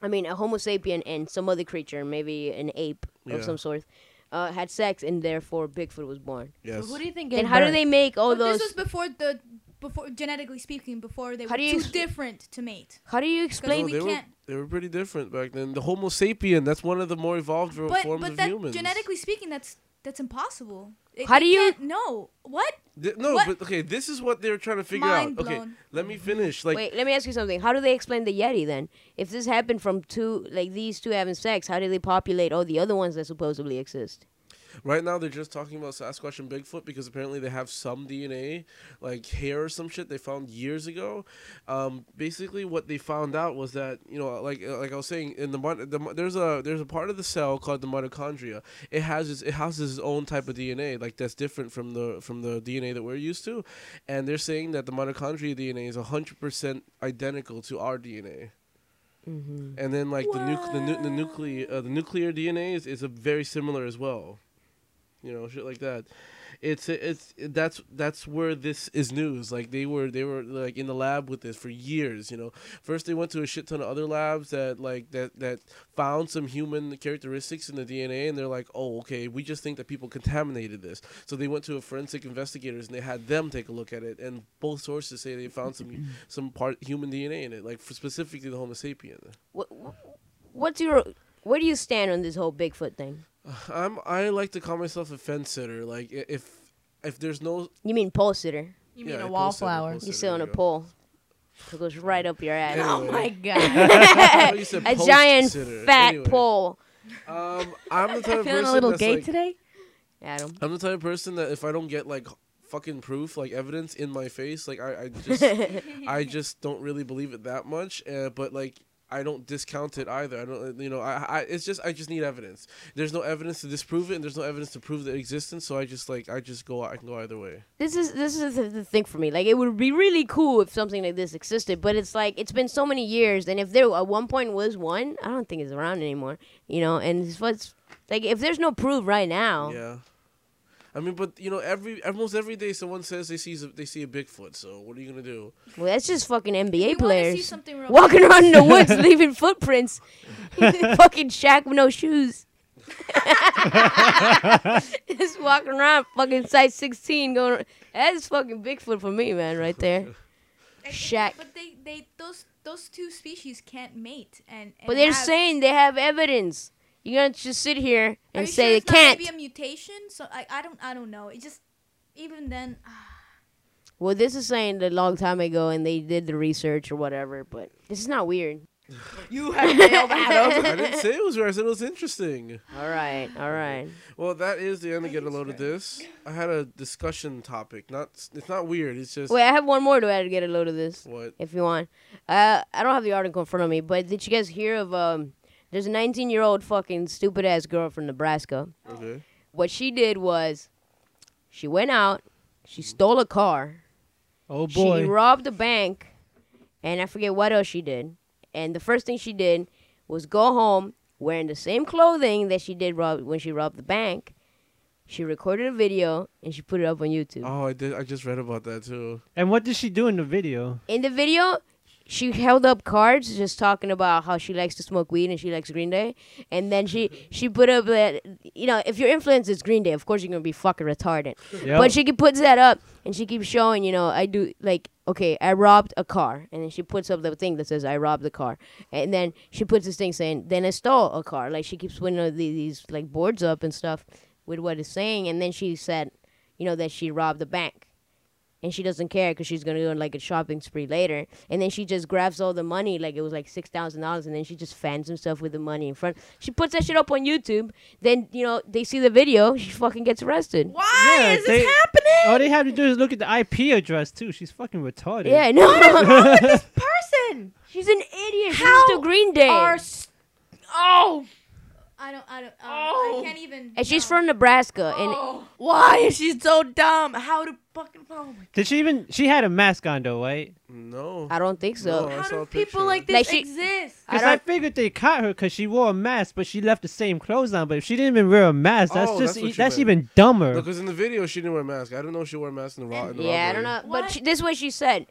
Speaker 3: I mean, a Homo sapien and some other creature, maybe an ape
Speaker 5: Yeah.
Speaker 3: of some sort, uh, had sex, and therefore Bigfoot was born.
Speaker 5: Yes.
Speaker 6: Who do you think?
Speaker 3: And
Speaker 6: gave
Speaker 3: how do
Speaker 6: birth?
Speaker 3: they make all
Speaker 2: But
Speaker 3: those?
Speaker 2: This was before the before genetically speaking before they
Speaker 3: How
Speaker 2: were
Speaker 3: do you
Speaker 2: too
Speaker 3: ex-
Speaker 2: different to mate.
Speaker 3: how do you
Speaker 5: No,
Speaker 3: explain?
Speaker 2: we
Speaker 5: they were
Speaker 2: can't-
Speaker 5: they were pretty different back then. The Homo sapien, that's one of the more evolved ver-
Speaker 2: But
Speaker 5: forms
Speaker 2: but
Speaker 5: of
Speaker 2: that
Speaker 5: humans.
Speaker 2: genetically speaking, that's that's impossible. It-
Speaker 3: How do
Speaker 2: they
Speaker 3: you-
Speaker 2: can't- No, what?
Speaker 5: Th- no,
Speaker 2: what-
Speaker 5: but okay, this is what they were trying to figure
Speaker 2: Mind
Speaker 5: out. Okay,
Speaker 2: blown.
Speaker 5: let me finish. Like
Speaker 3: Wait, let me ask you something. How do they explain the Yeti then? If this happened from two, like these two having sex, how do they populate all the other ones that supposedly exist?
Speaker 5: right now, they're just talking about Sasquatch and Bigfoot because apparently they have some DNA, like hair or some shit they found years ago. Um, basically, what they found out was that you know, like like I was saying, in the, mit- the mi- there's a there's a part of the cell called the mitochondria. It has its, it houses its own type of DNA, like that's different from the from the DNA that we're used to, and they're saying that the mitochondria DNA is hundred percent identical to our DNA. and then like the nuc- the, nu- the nuclear uh, the nuclear DNA is, is a very similar as well, you know, shit like that. It's it's that's that's where this is news. Like they were they were like in the lab with this for years. You know, first they went to a shit ton of other labs that like that that found some human characteristics in the DNA, and they're like, oh okay, we just think that people contaminated this. So they went to a forensic investigators and they had them take a look at it, and both sources say they found some some part human DNA in it, like for specifically the Homo sapien.
Speaker 3: What, what's your, where do you stand on this whole Bigfoot thing?
Speaker 5: I'm I like to call myself a fence sitter. Like i- if if there's no
Speaker 3: You mean pole sitter?
Speaker 6: You mean
Speaker 5: yeah,
Speaker 6: a
Speaker 5: post-sitter,
Speaker 6: wallflower?
Speaker 5: post-sitter,
Speaker 3: You sit on
Speaker 5: there
Speaker 3: a
Speaker 5: you go.
Speaker 3: pole. It goes right up your ass.
Speaker 5: Anyway.
Speaker 6: Oh my god.
Speaker 5: I thought you said
Speaker 3: a giant
Speaker 5: post-sitter.
Speaker 3: fat
Speaker 5: Anyway,
Speaker 3: pole.
Speaker 5: Um, I'm the type
Speaker 6: Feeling
Speaker 5: of person
Speaker 6: a little
Speaker 5: that's
Speaker 6: gay
Speaker 5: like,
Speaker 6: today?
Speaker 3: Adam.
Speaker 5: I'm the type of person that if I don't get like fucking proof, like evidence in my face, like I, I just I just don't really believe it that much. Uh, but like I don't discount it either. I don't, you know, I, I it's just I just need evidence. There's no evidence to disprove it, and there's no evidence to prove the existence. So I just like I just go I can go either way.
Speaker 3: This is this is the, the thing for me. Like it would be really cool if something like this existed, but it's like it's been so many years, and if there at one point was one, I don't think it's around anymore. You know, and it's what's like if there's no proof right now.
Speaker 5: Yeah. I mean, but you know, every almost every day someone says they sees a, they see a Bigfoot. So what are you gonna do?
Speaker 3: Well, that's just fucking
Speaker 2: You
Speaker 3: NBA
Speaker 2: wanna see
Speaker 3: players
Speaker 2: something real
Speaker 3: walking around in the woods, leaving footprints. fucking Shaq with no shoes. just walking around, fucking size sixteen, going. That's fucking Bigfoot for me, man, right there.
Speaker 2: I think-
Speaker 3: Shaq.
Speaker 2: But they, they those those two species can't mate and. and
Speaker 3: But they're
Speaker 2: have-
Speaker 3: saying they have evidence. You're gonna just sit here
Speaker 2: Are
Speaker 3: and
Speaker 2: you
Speaker 3: say
Speaker 2: sure
Speaker 3: they
Speaker 2: it's not
Speaker 3: can't.
Speaker 2: Maybe a mutation. So I, I don't I don't know. It just even then.
Speaker 3: Well, this is saying a long time ago, and they did the research or whatever. But this is not weird.
Speaker 6: You have nailed Adam.
Speaker 5: I didn't say it was weird. I said it was interesting.
Speaker 3: All right, all right.
Speaker 5: Well, that is the end of get a load of this. I had a discussion topic. Not it's not weird. It's just
Speaker 3: Wait, I have one more to add to get a load of this,
Speaker 5: what
Speaker 3: if you want. Uh, I don't have the article in front of me, but did you guys hear of um? There's a 19 year old fucking stupid ass girl from Nebraska.
Speaker 5: okay.
Speaker 3: What she did was, she went out, she stole a car.
Speaker 1: Oh
Speaker 3: She
Speaker 1: boy.
Speaker 3: robbed a bank, and I forget what else she did. And the first thing she did, was go home wearing the same clothing that she did rob- when she robbed the bank. She recorded a video and she put it up on YouTube.
Speaker 5: Oh, I did. I just read about that too.
Speaker 1: And what did she do in the video?
Speaker 3: In the video, she held up cards just talking about how she likes to smoke weed and she likes Green Day. And then she she put up that you know, if your influence is Green Day, of course you're gonna be fucking retarded.
Speaker 1: Yep.
Speaker 3: But she keep- puts that up and she keeps showing, you know, I do like okay, I robbed a car, and then she puts up the thing that says I robbed the car, and then she puts this thing saying then I stole a car. Like she keeps putting all the- these like boards up and stuff with what it's saying, and then she said, you know, that she robbed a bank. And she doesn't care because she's gonna go on like a shopping spree later. And then she just grabs all the money, like it was like six thousand dollars, and then she just fans herself with the money in front. She puts that shit up on YouTube. Then you know they see the video. She fucking gets arrested.
Speaker 6: Why
Speaker 1: Yeah,
Speaker 6: is
Speaker 1: they-
Speaker 6: this happening?
Speaker 1: All Oh, they have to do is look at the IP address too. She's fucking retarded.
Speaker 3: Yeah, I know.
Speaker 6: Person,
Speaker 3: She's an idiot.
Speaker 6: How
Speaker 3: she's to Green Day.
Speaker 6: are s- oh,
Speaker 2: I don't. I don't. Um,
Speaker 6: Oh.
Speaker 2: I can't even.
Speaker 3: and she's
Speaker 2: no.
Speaker 3: from Nebraska. And
Speaker 6: oh, why is she so dumb? How do fucking oh my
Speaker 1: Did she even? She had a mask on though, right?
Speaker 5: No.
Speaker 3: I don't think so.
Speaker 5: No. I
Speaker 6: How
Speaker 5: saw a
Speaker 6: do
Speaker 5: picture.
Speaker 6: people like this
Speaker 3: Like, she-
Speaker 6: exist?
Speaker 3: I
Speaker 1: Because I,
Speaker 3: don't.
Speaker 1: figured they caught her because she wore a mask, but she left the same clothes on. But if she didn't even wear a mask, that's
Speaker 5: Oh,
Speaker 1: just
Speaker 5: that's what
Speaker 1: e-
Speaker 5: she
Speaker 1: that's
Speaker 5: meant.
Speaker 1: even dumber.
Speaker 5: No, because in the video she didn't wear a mask. I don't know if she wore a mask in the, ro- in the
Speaker 3: yeah, I don't
Speaker 5: robbery.
Speaker 3: know. But
Speaker 6: What?
Speaker 3: she, this is what she said.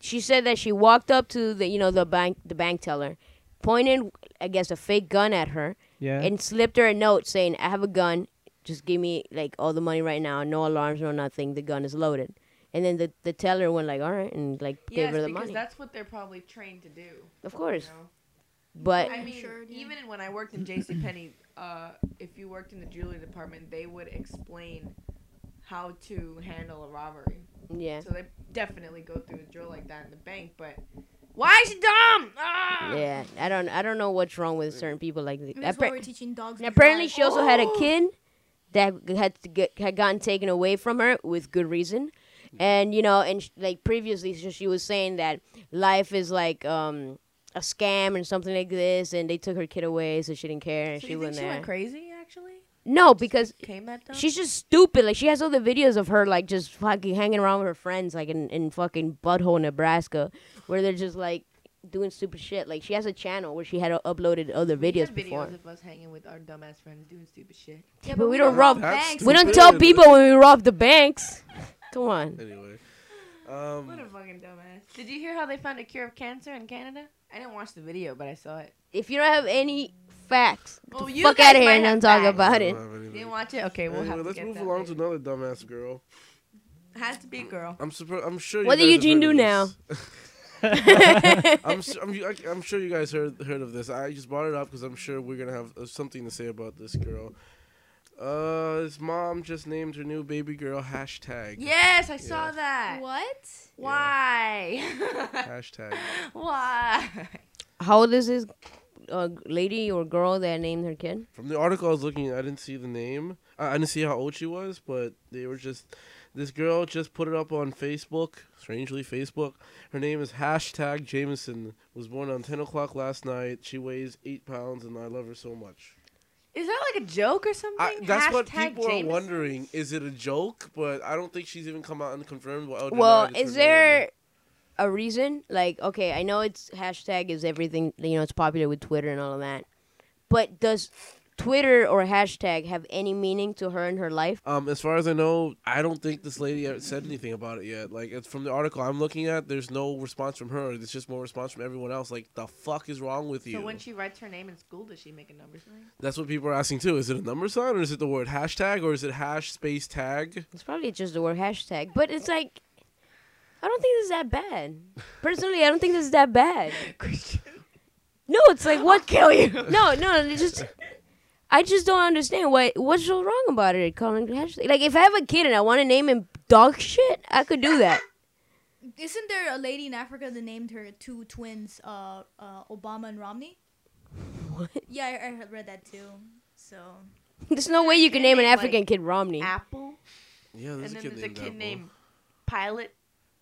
Speaker 3: She said that she walked up to the you know the bank the bank teller, pointed I guess a fake gun at her,
Speaker 1: yeah.
Speaker 3: and slipped her a note saying, "I have a gun. Just give me like all the money right now. No alarms, no nothing. The gun is loaded." And then the, the teller went like, "All right," and like gave
Speaker 6: Yes,
Speaker 3: her the
Speaker 6: because
Speaker 3: money.
Speaker 6: that's what they're probably trained to do.
Speaker 3: Of
Speaker 6: You
Speaker 3: course,
Speaker 6: know?
Speaker 3: but
Speaker 6: I
Speaker 2: I'm
Speaker 6: mean,
Speaker 2: sure, yeah.
Speaker 6: even when I worked in J.C. Penney, uh, if you worked in the jewelry department, they would explain how to handle a robbery.
Speaker 3: yeah,
Speaker 6: So they definitely go through a drill like that in the bank. But why is she dumb? Ah!
Speaker 3: yeah. I don't I don't know what's wrong with certain people like
Speaker 2: Maybe
Speaker 3: that.
Speaker 2: That's why we're teaching dogs.
Speaker 3: And
Speaker 2: to
Speaker 3: apparently,
Speaker 2: drive.
Speaker 3: she also had a
Speaker 6: Oh.
Speaker 3: kid that had to get, had gotten taken away from her with good reason, and you know, and sh- like previously, so she was saying that life is like um a scam and something like this, and they took her kid away, so she didn't care, and
Speaker 6: So
Speaker 3: she
Speaker 6: you
Speaker 3: went
Speaker 6: think she
Speaker 3: there.
Speaker 6: went crazy? Actually,
Speaker 3: no, because
Speaker 6: came that dumb.
Speaker 3: she's just stupid. Like she has all the videos of her like just fucking hanging around with her friends, like in in fucking butthole Nebraska, where they're just like doing stupid shit. Like she has a channel where she had uh, uploaded other
Speaker 6: We
Speaker 3: videos
Speaker 6: have
Speaker 3: before.
Speaker 6: of us hanging with our dumbass friends doing stupid shit.
Speaker 2: Yeah,
Speaker 3: but we don't rob
Speaker 5: That's
Speaker 2: banks.
Speaker 3: We don't
Speaker 5: Stupid.
Speaker 3: tell people when we rob the banks. Come on.
Speaker 5: Anyway.
Speaker 6: What a
Speaker 3: Mm.
Speaker 5: Um,
Speaker 6: fucking dumbass. Did you hear how they found a cure of cancer in Canada? I didn't watch the video, but I saw it.
Speaker 3: If you don't have any facts, get
Speaker 6: Well,
Speaker 3: the
Speaker 6: you
Speaker 3: fuck
Speaker 6: guys
Speaker 3: out of here
Speaker 6: might
Speaker 3: and
Speaker 6: have
Speaker 3: don't talk
Speaker 6: facts.
Speaker 5: I
Speaker 3: about
Speaker 5: don't
Speaker 3: it.
Speaker 5: have
Speaker 6: You
Speaker 5: anything.
Speaker 6: didn't watch it? Okay, we'll
Speaker 5: Anyway,
Speaker 6: have to
Speaker 5: let's
Speaker 6: get
Speaker 5: move
Speaker 6: that
Speaker 5: along to
Speaker 6: later.
Speaker 5: another dumbass girl.
Speaker 6: Has to be a girl.
Speaker 5: I'm super. I'm sure.
Speaker 3: What
Speaker 5: you
Speaker 3: did
Speaker 5: guys have
Speaker 3: Eugene
Speaker 5: heard
Speaker 3: do
Speaker 5: of this. I'm, s- I'm, I, am i am sure you guys heard heard of this. I just brought it up because I'm sure we're gonna have uh, something to say about this girl. Uh, his mom just named her new baby girl hashtag.
Speaker 6: Yes, I saw that.
Speaker 2: What?
Speaker 6: Why?
Speaker 5: Hashtag.
Speaker 6: Why?
Speaker 3: How old is this uh, lady or girl that named her kid?
Speaker 5: From the article I was looking, at, I didn't see the name. I, I didn't see how old she was, but they were just. This girl just put it up on Facebook. Strangely, Facebook. Her name is hashtag Jameson. Was born on 10 o'clock last night. She weighs eight pounds, and I love her so much.
Speaker 6: Is that like a joke or something?
Speaker 5: I, that's what
Speaker 6: Hashtag
Speaker 5: people
Speaker 6: Jameson?
Speaker 5: are wondering. Is it a joke? But I don't think she's even come out and confirmed. Well,
Speaker 3: Well, is there a reason? Like, okay, I know it's hashtag is everything, you know, it's popular with Twitter and all of that. But does Twitter or hashtag have any meaning to her in her life?
Speaker 5: Um, as far as I know, I don't think this lady ever said anything about it yet. Like, it's from the article I'm looking at, there's no response from her. It's just more response from everyone else. Like, the fuck is wrong with you?
Speaker 6: So when she writes her name in school, does she make a number sign?
Speaker 5: That's what people are asking too. Is it a number sign, or is it the word hashtag, or is it hash space tag?
Speaker 3: It's probably just the word hashtag, but it's like, I don't think this is that bad. Personally, I don't think this is that bad.
Speaker 6: Christian.
Speaker 3: No, it's like what kill you? No, no, it's just I just don't understand why what's so wrong about it. Calling it hashtag like if I have a kid and I want to name him dog shit, I could do that.
Speaker 2: Isn't there a lady in Africa that named her two twins, uh, uh, Obama and Romney?
Speaker 3: What?
Speaker 2: Yeah, I, I had read that too. So
Speaker 3: There's no way you can name
Speaker 6: Can't
Speaker 3: an
Speaker 6: name,
Speaker 3: African
Speaker 6: like,
Speaker 3: kid Romney.
Speaker 6: Apple.
Speaker 5: Yeah,
Speaker 6: and
Speaker 5: there's a
Speaker 6: then
Speaker 5: kid
Speaker 6: there's a
Speaker 5: named
Speaker 6: kid
Speaker 5: Apple.
Speaker 6: named Pilot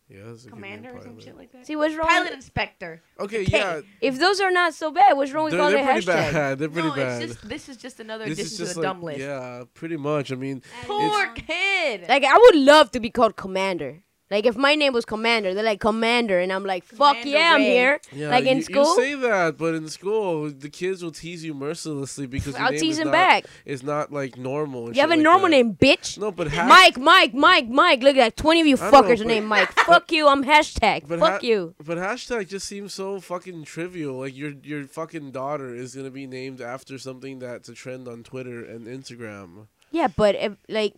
Speaker 5: yeah, there's a
Speaker 6: Commander
Speaker 5: kid
Speaker 6: or
Speaker 5: named
Speaker 6: some
Speaker 5: Pilot.
Speaker 6: shit like that.
Speaker 3: See what's wrong?
Speaker 6: Pilot
Speaker 3: with-
Speaker 6: Inspector.
Speaker 5: Okay,
Speaker 3: Okay,
Speaker 5: yeah,
Speaker 3: If those are not so bad, what's wrong with
Speaker 5: they're,
Speaker 3: calling
Speaker 5: they're
Speaker 3: it
Speaker 5: pretty
Speaker 3: hashtag?
Speaker 5: bad. They're pretty
Speaker 6: no,
Speaker 5: bad.
Speaker 6: it's just this is just another
Speaker 5: this
Speaker 6: addition
Speaker 5: is just
Speaker 6: to the
Speaker 5: like
Speaker 6: dumb list.
Speaker 5: yeah, pretty much. I mean,
Speaker 6: Poor
Speaker 2: Addison.
Speaker 6: kid.
Speaker 3: Like I would love to be called Commander. Like if my name was Commander, they're like Commander, and I'm like, fuck
Speaker 6: Commander
Speaker 3: yeah, I'm
Speaker 6: Ray.
Speaker 3: here.
Speaker 5: Yeah,
Speaker 3: like in
Speaker 5: you,
Speaker 3: school,
Speaker 5: You say that, but in school, the kids will tease you mercilessly because your
Speaker 3: I'll
Speaker 5: name
Speaker 3: tease
Speaker 5: is
Speaker 3: them
Speaker 5: not,
Speaker 3: back.
Speaker 5: It's not like normal. and
Speaker 3: you have a
Speaker 5: shit like
Speaker 3: normal
Speaker 5: that.
Speaker 3: name, bitch.
Speaker 5: No, but half,
Speaker 3: Mike, Mike, Mike, Mike. Look at that. Twenty of you
Speaker 5: I know,
Speaker 3: fuckers are
Speaker 5: but-
Speaker 3: named Mike. Fuck you. I'm hashtag.
Speaker 5: But
Speaker 3: Fuck
Speaker 5: ha-
Speaker 3: you.
Speaker 5: But hashtag just seems so fucking trivial. Like your your fucking daughter is gonna be named after something that's a trend on Twitter and Instagram.
Speaker 3: Yeah, but if, like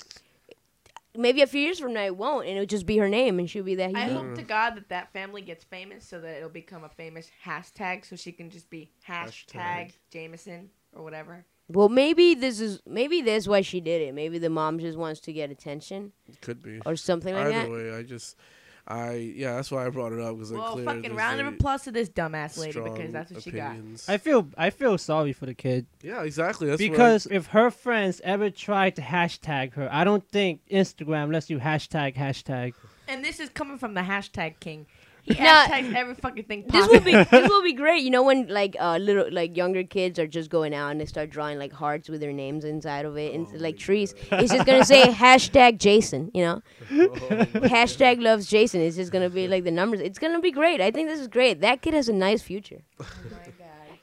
Speaker 3: maybe a few years from now it won't, and it'll just be her name, and she'll be that.
Speaker 6: I
Speaker 3: huge.
Speaker 6: hope to God that that family gets famous so that it'll become a famous hashtag so she can just be hashtag,
Speaker 5: Hashtag.
Speaker 6: Jameson or whatever.
Speaker 3: Well, maybe this is maybe that's why she did it. Maybe the mom just wants to get attention
Speaker 5: Could be.
Speaker 3: or something like
Speaker 5: Either
Speaker 3: that.
Speaker 5: way, I just, I yeah, that's why I brought it up because
Speaker 6: well,
Speaker 5: clear
Speaker 6: fucking
Speaker 5: there's
Speaker 6: round
Speaker 5: a
Speaker 6: of applause to this dumbass lady
Speaker 5: strong
Speaker 6: because that's what she got.
Speaker 5: opinions.
Speaker 1: I feel I feel sorry for the kid
Speaker 5: yeah, exactly. That's what I-
Speaker 1: because if her friends ever tried to hashtag her, I don't think Instagram lets you hashtag hashtag.
Speaker 6: And this is coming from the hashtag king. He
Speaker 3: Now-
Speaker 6: hashtags every fucking thing
Speaker 3: This
Speaker 6: possible.
Speaker 3: will be this will be great. You know when like uh, little like younger kids are just going out and they start drawing like hearts with their names inside of it and like trees. It's just gonna say hashtag Jason. You know, hashtag loves Jason. It's just gonna be like the numbers. It's gonna be great. I think this is great. That kid has a nice future.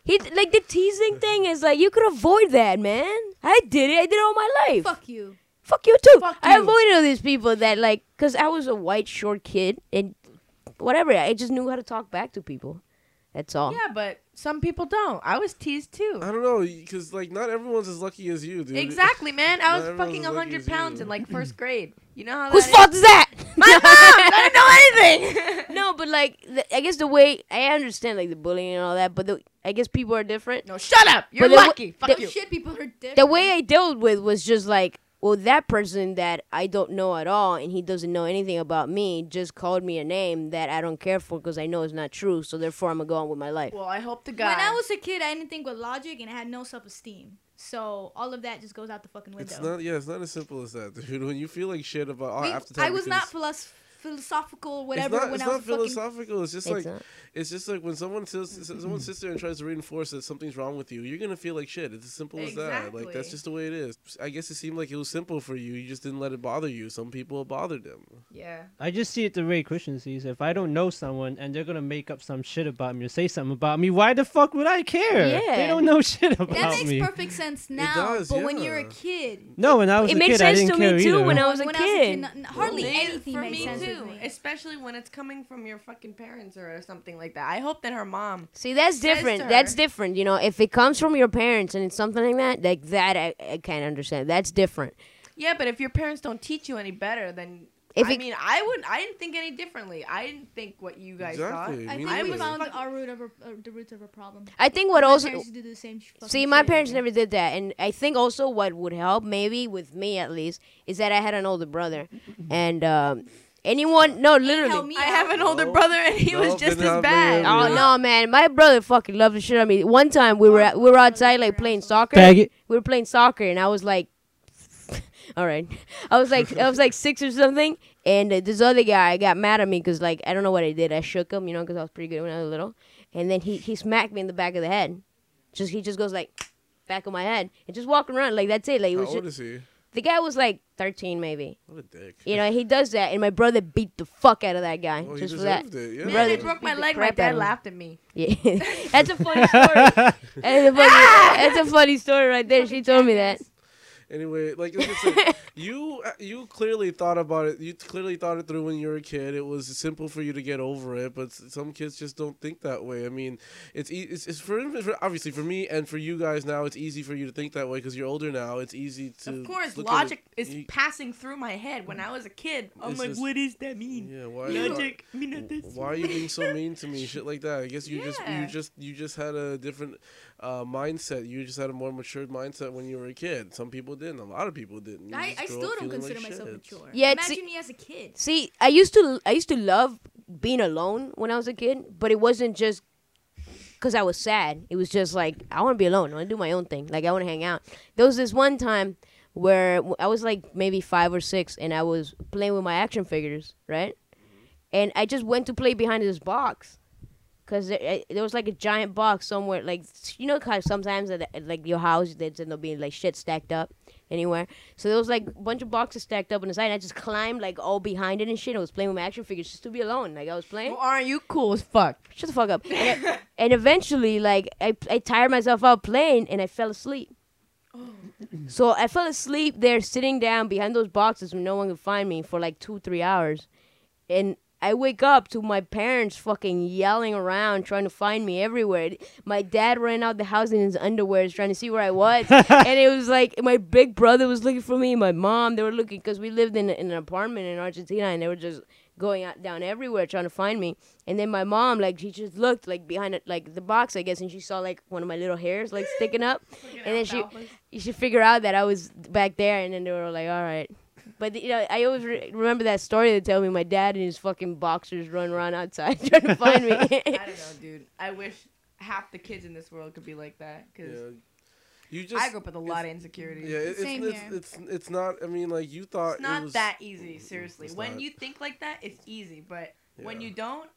Speaker 3: He like the teasing thing is like you could avoid that, man. I did it. I did it all my life.
Speaker 2: Fuck you.
Speaker 3: Fuck you too.
Speaker 6: Fuck
Speaker 3: I
Speaker 6: you.
Speaker 3: avoided all these people that like, cause I was a white short kid and whatever. I just knew how to talk back to people. That's all.
Speaker 6: yeah, but some people don't. I was teased too.
Speaker 5: I don't know because like not everyone's as lucky as you, dude.
Speaker 6: Exactly, man.
Speaker 5: Not
Speaker 6: I was
Speaker 5: everyone's
Speaker 6: fucking
Speaker 5: as lucky as
Speaker 6: hundred
Speaker 5: you.
Speaker 6: pounds in like first grade. You know how
Speaker 3: Whose
Speaker 6: that
Speaker 3: fault is that?
Speaker 6: I didn't know anything.
Speaker 3: no, but like, the, I guess the way I understand like the bullying and all that, but the, I guess people are different.
Speaker 6: no, shut up. You're
Speaker 3: But the wa-
Speaker 6: lucky. Fuck
Speaker 3: the-
Speaker 6: you.
Speaker 2: Shit, people are different.
Speaker 3: The way I dealt with was just like, well, that person that I don't know at all and he doesn't know anything about me just called me a name that I don't care for because I know it's not true. So therefore, I'm gonna go on with my life.
Speaker 6: Well, I hope to God.
Speaker 2: when I was a kid, I didn't think with logic and I had no self esteem. So all of that just goes out the fucking window.
Speaker 5: It's not yeah, it's not as simple as that, dude. When you feel like shit about oh,
Speaker 2: We-
Speaker 5: I have to
Speaker 2: I
Speaker 5: tell
Speaker 2: was not
Speaker 5: because-
Speaker 2: philos- philosophical,
Speaker 5: It's
Speaker 2: whatever.
Speaker 5: not,
Speaker 2: when
Speaker 5: it's
Speaker 2: I
Speaker 5: not
Speaker 2: was fucking
Speaker 5: philosophical. It's just
Speaker 3: It's
Speaker 5: like
Speaker 3: not.
Speaker 5: it's just like when someone says s-
Speaker 3: Mm-hmm.
Speaker 5: someone sits there and tries to reinforce that something's wrong with you, you're gonna feel like shit. It's as simple as that. Like that's
Speaker 6: Exactly.
Speaker 5: just the way it is. I guess it seemed like it was simple for you. You just didn't let it bother you. Some people it bothered them.
Speaker 6: yeah.
Speaker 1: I just see it the way Christian sees. it. If I don't know someone and they're gonna make up some shit about me or say something about me, why the fuck would I care?
Speaker 3: Yeah.
Speaker 1: They don't know shit about
Speaker 2: that makes
Speaker 1: me.
Speaker 2: perfect sense now.
Speaker 5: does,
Speaker 2: but when you're a
Speaker 5: yeah.
Speaker 2: kid,
Speaker 1: no, when I was
Speaker 3: it
Speaker 1: a
Speaker 3: made
Speaker 1: kid, I
Speaker 3: sense
Speaker 1: didn't
Speaker 3: to
Speaker 1: care
Speaker 3: me too
Speaker 1: either.
Speaker 3: when I was a
Speaker 2: when
Speaker 3: kid.
Speaker 2: n- n- hardly
Speaker 6: Me-
Speaker 2: anything
Speaker 6: for
Speaker 2: makes
Speaker 6: me
Speaker 2: sense
Speaker 6: too,
Speaker 2: with me.
Speaker 6: especially when it's coming from your fucking parents or, or something like that. I hope that her mom.
Speaker 3: See, that's
Speaker 6: Says
Speaker 3: different.
Speaker 6: to
Speaker 3: That's
Speaker 6: her.
Speaker 3: different. You know, if it comes from your parents and it's something like that, like that, I, I can't understand. That's different.
Speaker 6: Yeah, but if your parents don't teach you any better, then
Speaker 3: If
Speaker 6: I
Speaker 3: it-
Speaker 6: mean, I would. not I didn't think any differently. I didn't think what you guys
Speaker 5: Exactly.
Speaker 6: thought.
Speaker 2: I
Speaker 5: Me
Speaker 2: think
Speaker 6: I
Speaker 2: we
Speaker 6: was
Speaker 2: found
Speaker 6: fucking-
Speaker 2: our root of our, uh, the root of our problem.
Speaker 3: I think what
Speaker 2: My
Speaker 3: also
Speaker 2: parents do the same sh- fucking
Speaker 3: see, my
Speaker 2: shit.
Speaker 3: parents never did that, and I think also what would help maybe with me at least is that I had an older brother, and um, anyone no
Speaker 2: helped
Speaker 3: literally.
Speaker 2: me
Speaker 6: I
Speaker 2: out.
Speaker 6: have an older
Speaker 5: Nope.
Speaker 6: brother, and he was
Speaker 5: Nope,
Speaker 6: just
Speaker 5: didn't
Speaker 6: as
Speaker 5: help
Speaker 6: bad.
Speaker 5: me.
Speaker 3: Oh
Speaker 5: Yeah.
Speaker 3: no, man! My brother fucking loved the shit out of me. One time we were we were outside like playing soccer.
Speaker 1: Faggot.
Speaker 3: we were playing soccer and I was like, all right, I was like, I was like six or something, and uh, this other guy got mad at me because like I don't know what I did. I shook him, you know, because I was pretty good when I was little, and then he he smacked me in the back of the head. Just he just goes like back of my head and just walking around like that's it. Like it
Speaker 5: How
Speaker 3: was
Speaker 5: old
Speaker 3: just,
Speaker 5: is he?
Speaker 3: the guy was like thirteen maybe.
Speaker 5: What a dick.
Speaker 3: You know, he does that, and my brother beat the fuck out of that guy
Speaker 5: Well, Oh, he
Speaker 3: just for that.
Speaker 5: deserved it. Yeah.
Speaker 6: Man,
Speaker 3: Brother-
Speaker 6: they broke my
Speaker 3: Beat the
Speaker 6: leg. My
Speaker 3: crap out
Speaker 6: dad
Speaker 3: of me.
Speaker 6: laughed at me.
Speaker 3: Yeah, that's a funny story. that's, a funny, that's a funny story right there. She told me that.
Speaker 5: Anyway, like, like I said, you uh, you clearly thought about it. You clearly thought it through when you were a kid. It was simple for you to get over it, but s- some kids just don't think that way. I mean, it's ea- it's, it's for, for obviously for me and for you guys now. It's easy for you to think that way because you're older now. It's easy to
Speaker 6: Of course,
Speaker 5: look at
Speaker 6: logic
Speaker 5: it-
Speaker 6: is
Speaker 5: you-
Speaker 6: passing through my head. When I was a kid, I'm
Speaker 5: It's
Speaker 6: like,
Speaker 5: just-
Speaker 6: what does that mean?
Speaker 5: yeah, why
Speaker 6: Logic, me not this.
Speaker 5: Why are you being so mean to me? Shit like that. I guess you just you
Speaker 6: Yeah.
Speaker 5: just you just had a different uh, mindset. You just had a more matured mindset when you were a kid. Some people didn't. A lot of people didn't. You
Speaker 2: I,
Speaker 5: just
Speaker 2: I
Speaker 5: grow
Speaker 2: still
Speaker 5: up
Speaker 2: don't
Speaker 5: feeling
Speaker 2: consider
Speaker 5: like
Speaker 2: myself
Speaker 5: shit.
Speaker 2: mature.
Speaker 3: Yeah, it's-
Speaker 2: Imagine me as a kid.
Speaker 3: See, I used to I used to love being alone when I was a kid, but it wasn't just because I was sad. It was just like I want to be alone. I want to do my own thing. Like I want to hang out. There was this one time where w- I was like maybe five or six, and I was playing with my action figures, right? And I just went to play behind this box Cause there, eh, there was like a giant box somewhere, like s- you know, how sometimes at, at, like your house they end up being like shit stacked up anywhere. So there was like a bunch of boxes stacked up on the side. And I just climbed like all behind it and shit. I was playing with my action figures just to be alone. Like I was playing.
Speaker 6: Well, aren't you cool as fuck?
Speaker 3: Shut the fuck up. And, I- and eventually, like I, I tired myself out playing and I fell asleep. So I fell asleep there, sitting down behind those boxes where no one could find me for like two, three hours. And I wake up to my parents fucking yelling around, trying to find me everywhere. My dad ran out the house in his underwear, trying to see where I was. and it was like my big brother was looking for me, my mom, they were looking, because we lived in, in an apartment in Argentina, and they were just going out down everywhere trying to find me. And then my mom, like, she just looked like behind it, like the box, I guess, and she saw like one of my little hairs like sticking up. and then she, you should figure out that I was back there, and then they were like, all right. But you know, I always re- remember that story they tell me my dad and his fucking boxers run around outside trying to find me.
Speaker 6: I don't know, dude. I wish half the kids in this world could be like that. Cause
Speaker 5: Yeah. You just
Speaker 6: I grew up with a lot of insecurities.
Speaker 5: Yeah, it, it's,
Speaker 2: Same
Speaker 5: it's,
Speaker 2: here.
Speaker 5: it's it's not. I mean, like you thought
Speaker 6: It's
Speaker 5: it
Speaker 6: not
Speaker 5: was,
Speaker 6: that easy, seriously.
Speaker 5: It's
Speaker 6: When
Speaker 5: not.
Speaker 6: you think like that, it's easy, but when
Speaker 5: Yeah. Hmm.
Speaker 6: you don't,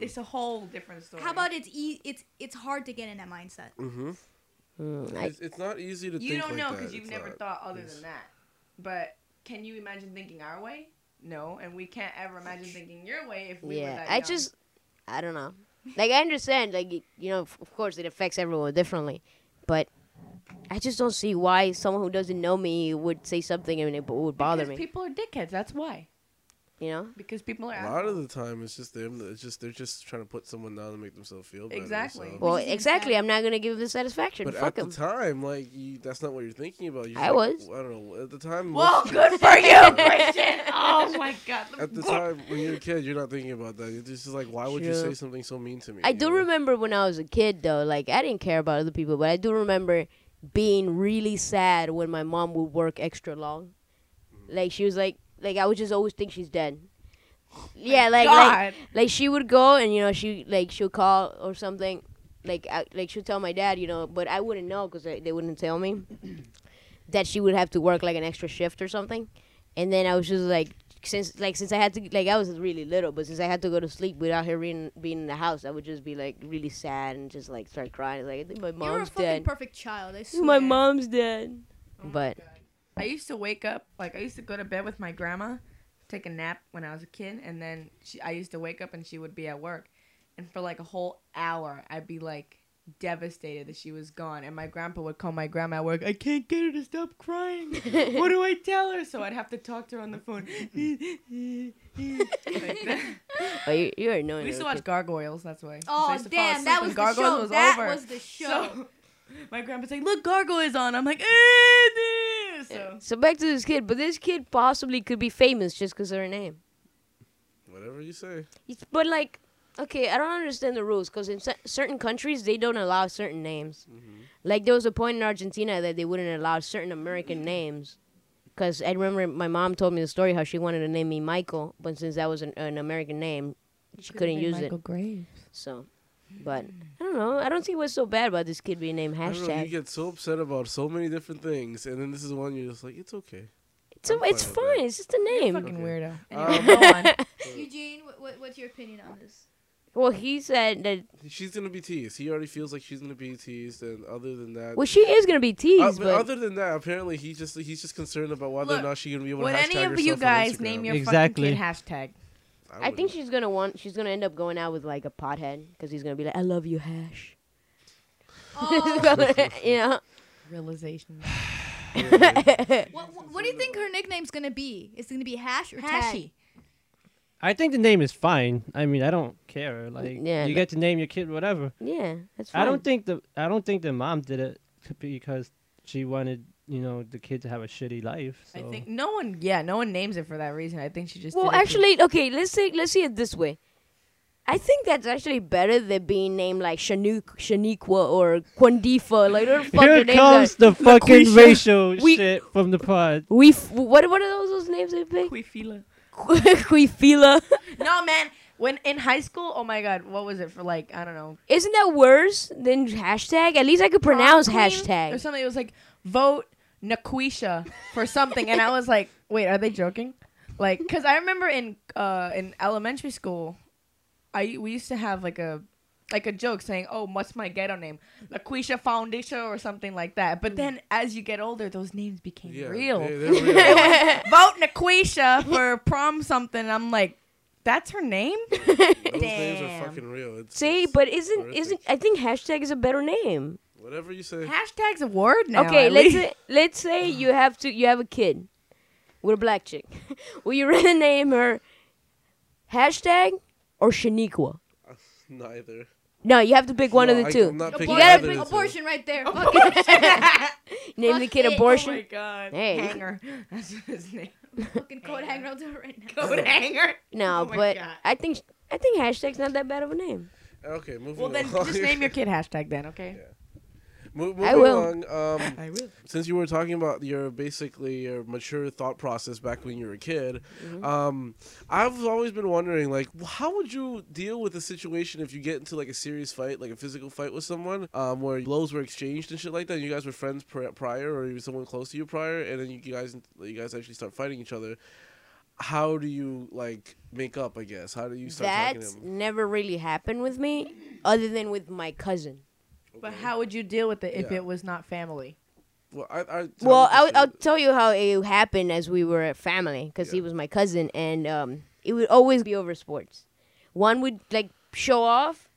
Speaker 6: it's a whole different story.
Speaker 2: How about it's e- it's it's hard to get in that mindset.
Speaker 5: hmm
Speaker 3: Mm, I-
Speaker 5: It's, it's not easy to.
Speaker 6: you
Speaker 5: think
Speaker 6: don't
Speaker 5: like
Speaker 6: know
Speaker 5: that.
Speaker 6: because you've
Speaker 5: It's
Speaker 6: never
Speaker 5: not.
Speaker 6: thought other
Speaker 5: Yes.
Speaker 6: than that. But can you imagine thinking our way? No, and we can't ever imagine thinking your way if we were
Speaker 3: yeah,
Speaker 6: that
Speaker 3: I
Speaker 6: young.
Speaker 3: just, I don't know. Like I understand, like y- you know, f- of course it affects everyone differently, but I just don't see why someone who doesn't know me would say something and it b- would bother
Speaker 6: Because
Speaker 3: me.
Speaker 6: People are dickheads. That's why.
Speaker 3: You know?
Speaker 6: Because people are.
Speaker 5: A lot of the time, it's just them. It's just they're just trying to put someone down and make themselves feel better.
Speaker 6: Exactly.
Speaker 5: so-
Speaker 3: Well,
Speaker 2: is even
Speaker 3: exactly.
Speaker 2: sad.
Speaker 3: I'm not gonna give them the satisfaction.
Speaker 5: But
Speaker 3: Fuck
Speaker 5: at
Speaker 3: 'em.
Speaker 5: the time, like you, that's not what you're thinking about. You're
Speaker 3: I was.
Speaker 5: just like, I don't know. At the time.
Speaker 6: Well,
Speaker 5: most-
Speaker 6: good for you, Christian. Oh my God.
Speaker 5: At the time when you're a kid, you're not thinking about that. It's just like, why would you
Speaker 3: True.
Speaker 5: say something so mean to me?
Speaker 3: I
Speaker 5: you
Speaker 3: do
Speaker 5: know?
Speaker 3: remember when I was a kid though, like I didn't care about other people, but I do remember being really sad when my mom would work extra long.
Speaker 5: Mm-hmm.
Speaker 3: Like she was like like I would just always think she's dead. Yeah, like like
Speaker 6: Oh God.
Speaker 3: like she would go and you know she like she'll call or something. Like I, like she'll tell my dad, you know, but I wouldn't know because they, they wouldn't tell me that she would have to work like an extra shift or something. And then I was just like, since like since I had to like I was really little, but since I had to go to sleep without her being being in the house, I would just be like really sad and just like start crying. Like I think my
Speaker 2: you were a
Speaker 3: mom's
Speaker 2: fucking Oh
Speaker 3: dead.
Speaker 2: perfect child. I swear.
Speaker 3: My mom's dead. But
Speaker 6: I used to wake up like I used to go to bed with my grandma, take a nap when I was a kid, and then she, I used to wake up and she would be at work, and for like a whole hour I'd be like devastated that she was gone, and my grandpa would call my grandma at work. I can't get her to stop crying. what do I tell her? So I'd have to talk to her on the phone. Like that.
Speaker 3: oh, you, you're annoying.
Speaker 6: we used to
Speaker 3: little
Speaker 6: watch Gargoyles. That's why. So I
Speaker 2: Oh
Speaker 6: used to fall
Speaker 2: damn,
Speaker 6: asleep
Speaker 2: that was
Speaker 6: when
Speaker 2: the show. that
Speaker 6: over.
Speaker 2: was the show.
Speaker 6: So my grandpa's like, "Look, Gargoyles on." I'm like, "Eh, eh."
Speaker 3: kid.
Speaker 6: so
Speaker 3: So back to this kid, but this kid possibly could be famous just because of her name.
Speaker 5: Whatever you say.
Speaker 3: It's- But like, okay, I don't understand the rules because in cer- certain countries they don't allow certain names.
Speaker 5: Mm-hmm.
Speaker 3: Like there was a point in Argentina that they wouldn't allow certain
Speaker 5: Mm-hmm.
Speaker 3: American names. Because I remember my mom told me the story how she wanted to name me Michael, but since that was an, an American name, Mm. she couldn't use it. So, but I don't know. I don't see what's so bad about this kid being named
Speaker 5: I don't know, you
Speaker 3: hashtag.
Speaker 5: get so upset about so many different things, and then this is one you're just like, it's okay.
Speaker 3: It's, a,
Speaker 5: I'm
Speaker 3: it's
Speaker 5: fine with
Speaker 3: fine.
Speaker 5: that.
Speaker 3: It's just a
Speaker 6: You're a
Speaker 3: name.
Speaker 6: fucking
Speaker 5: Okay.
Speaker 6: weirdo.
Speaker 5: Um,
Speaker 6: Anyway, go on.
Speaker 2: Eugene, what, what, what's your opinion on this?
Speaker 3: Well, he said that.
Speaker 5: She's gonna be teased. He already feels like she's gonna be teased, and other than that,
Speaker 3: Well, she is gonna be
Speaker 5: Uh,
Speaker 3: teased,
Speaker 5: but
Speaker 3: but
Speaker 5: other than that, apparently he just he's just concerned about whether or
Speaker 6: Look,
Speaker 5: not she's gonna be able to
Speaker 6: Would
Speaker 5: hashtag
Speaker 6: any of
Speaker 5: herself
Speaker 6: you
Speaker 5: on
Speaker 6: guys
Speaker 5: Instagram.
Speaker 6: name your
Speaker 1: Exactly.
Speaker 6: fucking kid hashtag?
Speaker 3: I think
Speaker 5: wouldn't.
Speaker 3: she's gonna want. She's gonna end up going out with like a pothead because he's gonna be like, "I love you, Hash."
Speaker 2: Oh,
Speaker 3: you know,
Speaker 6: Realization.
Speaker 2: what, what, what do you think her nickname's gonna be? It's gonna be Hash or
Speaker 6: Hashy.
Speaker 2: Tag?
Speaker 1: I think the name is fine. I mean, I don't care. Like,
Speaker 3: yeah,
Speaker 1: you
Speaker 3: no-
Speaker 1: get to name your kid whatever.
Speaker 3: yeah, that's fine.
Speaker 1: I don't think the I don't think the mom did it c- because she wanted you know the kid to have a shitty life. So.
Speaker 6: I think no one. Yeah, no one names it for that reason. I think she just.
Speaker 3: Well,
Speaker 6: did it to-
Speaker 3: actually, okay. Let's say let's see it this way. I think that's actually better than being named like Shanu- Shaniqua or Quandifa. Like, what the fuck
Speaker 1: Here
Speaker 3: their names
Speaker 1: comes
Speaker 3: are.
Speaker 1: the fucking
Speaker 3: Laquisha.
Speaker 1: racial
Speaker 3: We-
Speaker 1: shit from the pod.
Speaker 3: We f- what what are those those names they play?
Speaker 6: Quifila.
Speaker 3: Quifila.
Speaker 6: No, man. When in high school, oh my god, what was it for? Like I don't know.
Speaker 3: Isn't that worse than hashtag? At least I could pronounce
Speaker 6: prom queen or
Speaker 3: hashtag.
Speaker 6: something. It was like vote Naquisha for something, and I was like, wait, are they joking? Like, cause I remember in uh in elementary school, I we used to have like a like a joke saying, "Oh, what's my ghetto name? Laquisha Foundation or something like that." But then as you get older, those names became
Speaker 5: Yeah,
Speaker 6: real.
Speaker 5: They, are real.
Speaker 6: Vote Laquisha for prom something. and I'm like, that's her name.
Speaker 5: Those names
Speaker 6: Damn.
Speaker 5: are fucking real. It's,
Speaker 3: See,
Speaker 5: it's-
Speaker 3: but isn't
Speaker 5: horrific.
Speaker 3: isn't I think hashtag is a better name.
Speaker 5: whatever you say.
Speaker 6: Hashtag's a word now.
Speaker 3: okay,
Speaker 6: at
Speaker 3: let's
Speaker 6: least.
Speaker 3: say, let's say you have to you have a kid with a black chick. Will you rather name her hashtag or Shaniqua?
Speaker 5: Neither.
Speaker 3: No, you have to pick one
Speaker 5: No,
Speaker 3: of
Speaker 5: I-
Speaker 3: the two.
Speaker 5: I'm not picking
Speaker 2: Abortion,
Speaker 5: either of the two.
Speaker 2: abortion right there. Fuck it.
Speaker 3: name the
Speaker 2: fuck
Speaker 3: kid
Speaker 2: it. Oh
Speaker 6: Oh my
Speaker 3: abortion.
Speaker 6: god.
Speaker 3: Hey.
Speaker 6: Hanger. That's his name.
Speaker 2: Fucking code hanger. I'll do it right now.
Speaker 6: Code hanger.
Speaker 3: no,
Speaker 6: Oh my
Speaker 3: but
Speaker 6: God.
Speaker 3: I think I think hashtag's not that bad of a name.
Speaker 5: Okay, moving
Speaker 6: Well, then
Speaker 5: along.
Speaker 6: just name your kid hashtag then, okay?
Speaker 5: Mo- moving
Speaker 3: I will.
Speaker 5: along, um,
Speaker 6: I will.
Speaker 5: since you were talking about your basically your mature thought process back when you were a kid, um, I've always been wondering like wh- how would you deal with a situation if you get into like a serious fight, like a physical fight with someone, um, where blows were exchanged and shit like that. And you guys were friends pri- prior, or you were someone close to you prior, and then you guys you guys actually start fighting each other. How do you like make up? I guess how do you start talking to
Speaker 3: That's
Speaker 5: them?
Speaker 3: never really happened with me, other than with my cousin.
Speaker 6: But how would you deal with it if
Speaker 5: Yeah.
Speaker 6: it was not family?
Speaker 5: Well, I, I,
Speaker 3: Well,
Speaker 5: how
Speaker 3: I'll,
Speaker 5: would you-
Speaker 3: I'll tell you how it happened as we were a family because he
Speaker 5: Yeah.
Speaker 3: was my cousin, and um, it would always be over sports. One would like show off,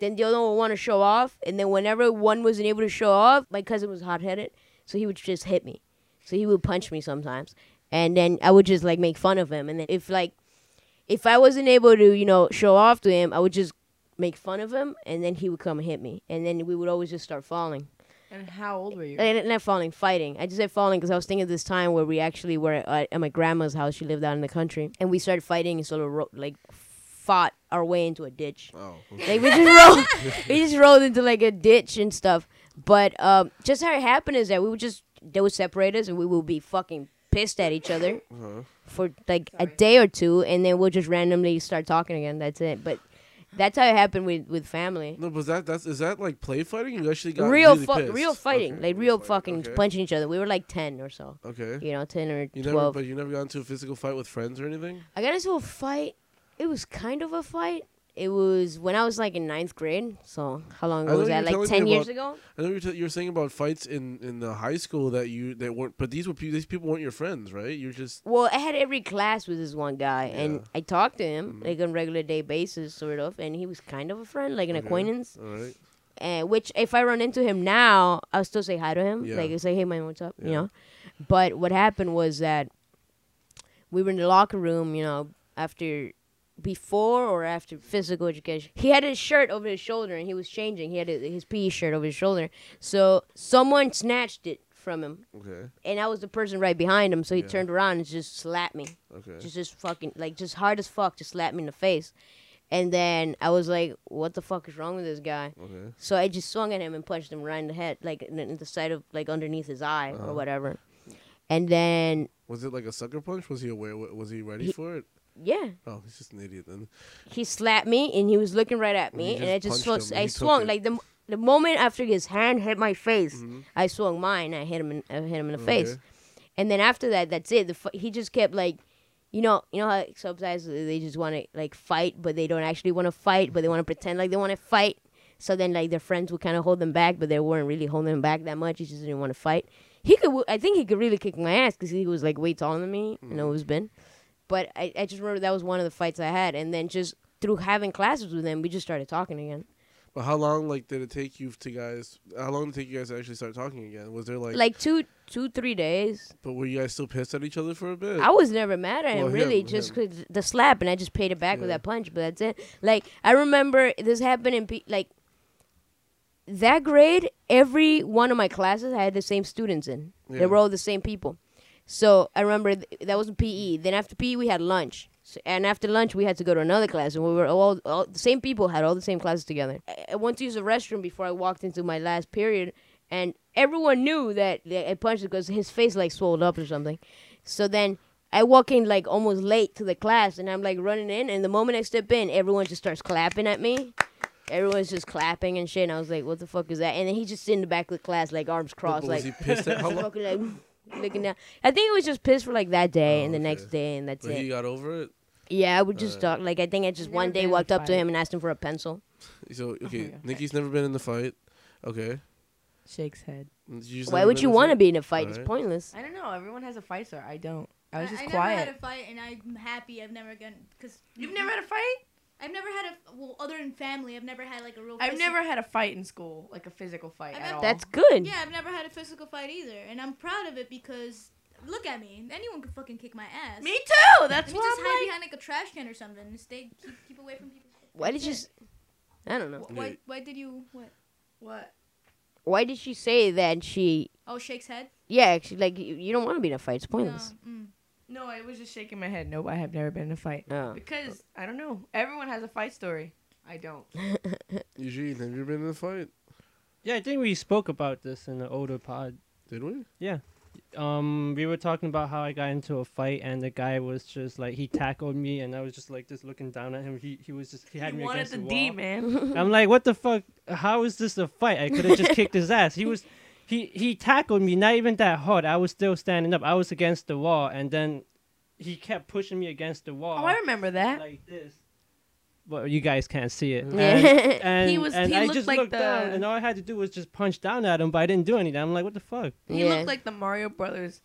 Speaker 3: then the other one would want to show off, and then whenever one wasn't able to show off, my cousin was hot headed, so he would just hit me. So he would punch me sometimes, and then I would just like make fun of him. And then if like if I wasn't able to you know show off to him, I would just make fun of him, and then he would come and hit me, and then we would always just start falling.
Speaker 6: And how old were you?
Speaker 3: I didn't not falling, fighting. I just said falling because I was thinking of this time where we actually were at, at my grandma's house. She lived out in the country, and we started fighting and sort of ro- like fought our way into a ditch.
Speaker 5: Oh, okay.
Speaker 3: Like we just rolled, we just rolled into like a ditch and stuff. But um, just how it happened is that we would just they would separate us, and we would be fucking pissed at each other for like a day or two, and then we'll just randomly start talking again. That's it. But that's how it happened with with family.
Speaker 5: No, but that that's is that like play fighting? You actually got
Speaker 3: real,
Speaker 5: really
Speaker 3: fu-
Speaker 5: pissed.
Speaker 3: real fighting,
Speaker 5: Okay,
Speaker 3: like real fucking
Speaker 5: fighting, okay.
Speaker 3: punching each other. We were like ten or so,
Speaker 5: Okay.
Speaker 3: you know, ten or
Speaker 5: You never,
Speaker 3: twelve.
Speaker 5: but you never got into a physical fight with friends or anything.
Speaker 3: I got into a fight. It was kind of a fight. It was when I was like in ninth grade. So how long
Speaker 5: I
Speaker 3: ago was
Speaker 5: know you
Speaker 3: that?
Speaker 5: were
Speaker 3: Like
Speaker 5: telling
Speaker 3: ten
Speaker 5: me
Speaker 3: years
Speaker 5: about-
Speaker 3: ago.
Speaker 5: I know you were, t- you were saying about fights in in the high school that you that weren't, but these were pe- these people weren't your friends, right? You're just
Speaker 3: Well, I had every class with this one guy,
Speaker 5: Yeah. Mm-hmm.
Speaker 3: and I talked to him like on regular day basis, sort of, and he was kind of a friend, like an
Speaker 5: Okay.
Speaker 3: acquaintance.
Speaker 5: all right.
Speaker 3: And Eh, which, if I run into him now, I'll still say hi to him.
Speaker 5: Yeah.
Speaker 3: Like, I say, "Hey, man, what's up?" You
Speaker 5: Yeah.
Speaker 3: know. But what happened was that we were in the locker room. You know, after, before or after physical education, he had his shirt over his shoulder and he was changing. He had his his PE shirt over his shoulder, so someone snatched it from him,
Speaker 5: Okay.
Speaker 3: and I was the person right behind him. So he
Speaker 5: Yeah.
Speaker 3: turned around and just slapped me
Speaker 5: Okay.
Speaker 3: just just fucking like just hard as fuck just slapped me in the face and then i was like what the fuck is wrong with this guy
Speaker 5: okay.
Speaker 3: so i just swung at him and punched him right in the head like in, in the side of like underneath his eye
Speaker 5: Uh-huh.
Speaker 3: or whatever and then
Speaker 5: Was it like a sucker punch? Was he aware? wa- Was he ready
Speaker 3: He-
Speaker 5: for it?
Speaker 3: yeah
Speaker 5: Oh, he's just an idiot then.
Speaker 3: he slapped me and he was looking right at
Speaker 5: And
Speaker 3: me
Speaker 5: you
Speaker 3: and i
Speaker 5: just
Speaker 3: just
Speaker 5: punched
Speaker 3: swung,
Speaker 5: him and
Speaker 3: i
Speaker 5: he took
Speaker 3: swung
Speaker 5: it.
Speaker 3: like the the moment after his hand hit my face i swung mine i hit him in, i hit him in the face
Speaker 5: Okay.
Speaker 3: and then after that that's it the, f- he just kept like you know you know how sometimes they just want to like fight but they don't actually want to fight but they want to pretend like they want to fight so then like their friends would kind of hold them back but they weren't really holding him back that much he just didn't want to fight he could w- i think he could really kick my ass because he was like way taller than me and i was been but I, I just remember that was one of the fights I had, and then just through having classes with him, we just started talking again.
Speaker 5: But how long like did it take you to guys? How long did it take you guys to actually start talking again? Was there like?
Speaker 3: Like two, two, three days.
Speaker 5: but were you guys still pissed at each other for a bit?
Speaker 3: I was never mad at him,
Speaker 5: uh, Well, him-
Speaker 3: really, just
Speaker 5: him.
Speaker 3: 'cause the slap, and I just paid it back with
Speaker 5: Yeah.
Speaker 3: that punch. But that's it. Like I remember this happened in P- like that grade. Every one of my classes, I had the same students in.
Speaker 5: Yeah.
Speaker 3: They were all the same people. So I remember th- that was in PE. Then after PE, we had lunch. So, and after lunch, we had to go to another class, and we were all, all the same people had all the same classes together. I, I went to use the restroom before I walked into my last period, and everyone knew that, that I punched because his face like swelled up or something. So then I walk in like almost late to the class, and I'm like running in, and the moment I step in, everyone just starts clapping at me. Everyone's just clapping and shit, and I was like, "What the fuck is that?" And then he's just sitting in the back of the class, like arms
Speaker 5: But-
Speaker 3: crossed,
Speaker 5: but
Speaker 3: like
Speaker 5: was he pissed at how long?
Speaker 3: fucking like looking down. I think it was just pissed for like that day
Speaker 5: Oh,
Speaker 3: and the
Speaker 5: okay.
Speaker 3: next day and that's
Speaker 5: But he uh,
Speaker 3: it.
Speaker 5: got over it.
Speaker 3: Yeah, I would just
Speaker 5: Alright.
Speaker 3: talk. Like I think I just
Speaker 6: I've
Speaker 3: one
Speaker 6: never
Speaker 3: day
Speaker 6: been in a
Speaker 3: walked up to
Speaker 6: fight.
Speaker 3: him and asked him for a pencil.
Speaker 5: So okay,
Speaker 6: yeah,
Speaker 5: Nikki's never been in the fight. Okay.
Speaker 6: Shakes head.
Speaker 5: You've
Speaker 3: Why
Speaker 5: never
Speaker 3: would
Speaker 5: been
Speaker 3: you
Speaker 5: in a
Speaker 3: want to
Speaker 5: fight?
Speaker 3: be in a fight? It's
Speaker 5: Alright.
Speaker 3: pointless.
Speaker 6: I don't know. Everyone has a fight, sir. I don't. I was just
Speaker 2: I
Speaker 6: quiet.
Speaker 2: never had a fight, and I'm happy I've never gotten because
Speaker 6: You've never had a fight?
Speaker 2: I've never had a well, other than family, I've never had like a real.
Speaker 6: I've
Speaker 2: physical-
Speaker 6: never had a fight in school, like a physical fight
Speaker 2: I've
Speaker 6: at
Speaker 2: had-
Speaker 6: all.
Speaker 3: That's good.
Speaker 2: Yeah, I've never had a physical fight either, and I'm proud of it because look at me. Anyone could fucking kick my ass.
Speaker 6: me too.
Speaker 2: Let
Speaker 6: That's
Speaker 2: me just
Speaker 6: what
Speaker 2: hide
Speaker 6: I'm like.
Speaker 2: behind like a trash can or something and stay keep, keep away from people.
Speaker 3: Why did you? s- I don't know.
Speaker 2: Wh- Why, why did you what?
Speaker 6: What?
Speaker 3: Why did she say that? She
Speaker 2: Oh, Shake's head.
Speaker 3: yeah, actually, like you, you don't want to be in a fight. It's pointless.
Speaker 2: No, mm.
Speaker 6: No, I was just shaking my head. Nope, I have never been in a fight
Speaker 3: Oh.
Speaker 6: because I don't know. Everyone has a fight story. I don't.
Speaker 5: Eugene, have you been in a fight?
Speaker 1: Yeah, I think we spoke about this in the older pod.
Speaker 5: Did we?
Speaker 1: Um, we were talking about how I got into a fight and the guy was just like he tackled me and I was just like just looking down at him. He he was just he had
Speaker 6: you
Speaker 1: me
Speaker 6: wanted
Speaker 1: against
Speaker 6: the
Speaker 1: the wall.
Speaker 6: D, man.
Speaker 1: I'm like, what the fuck? How is this a fight? I could have just kicked his ass. He was, he he tackled me, not even that hard. I was still standing up. I was against the wall, and then he kept pushing me against the wall
Speaker 6: Oh, I remember that.
Speaker 1: like this. Well, you guys can't see it.
Speaker 5: Mhm.
Speaker 1: And,
Speaker 3: Yeah.
Speaker 1: and-
Speaker 6: He was-
Speaker 1: and
Speaker 6: he
Speaker 1: I
Speaker 6: looked
Speaker 1: just
Speaker 6: like
Speaker 1: looked down,
Speaker 6: the-
Speaker 1: and all I had to do was just punch down at him, but I didn't do anything. I'm like, what the fuck?
Speaker 6: He
Speaker 3: Yeah.
Speaker 6: looked like the Mario Brothers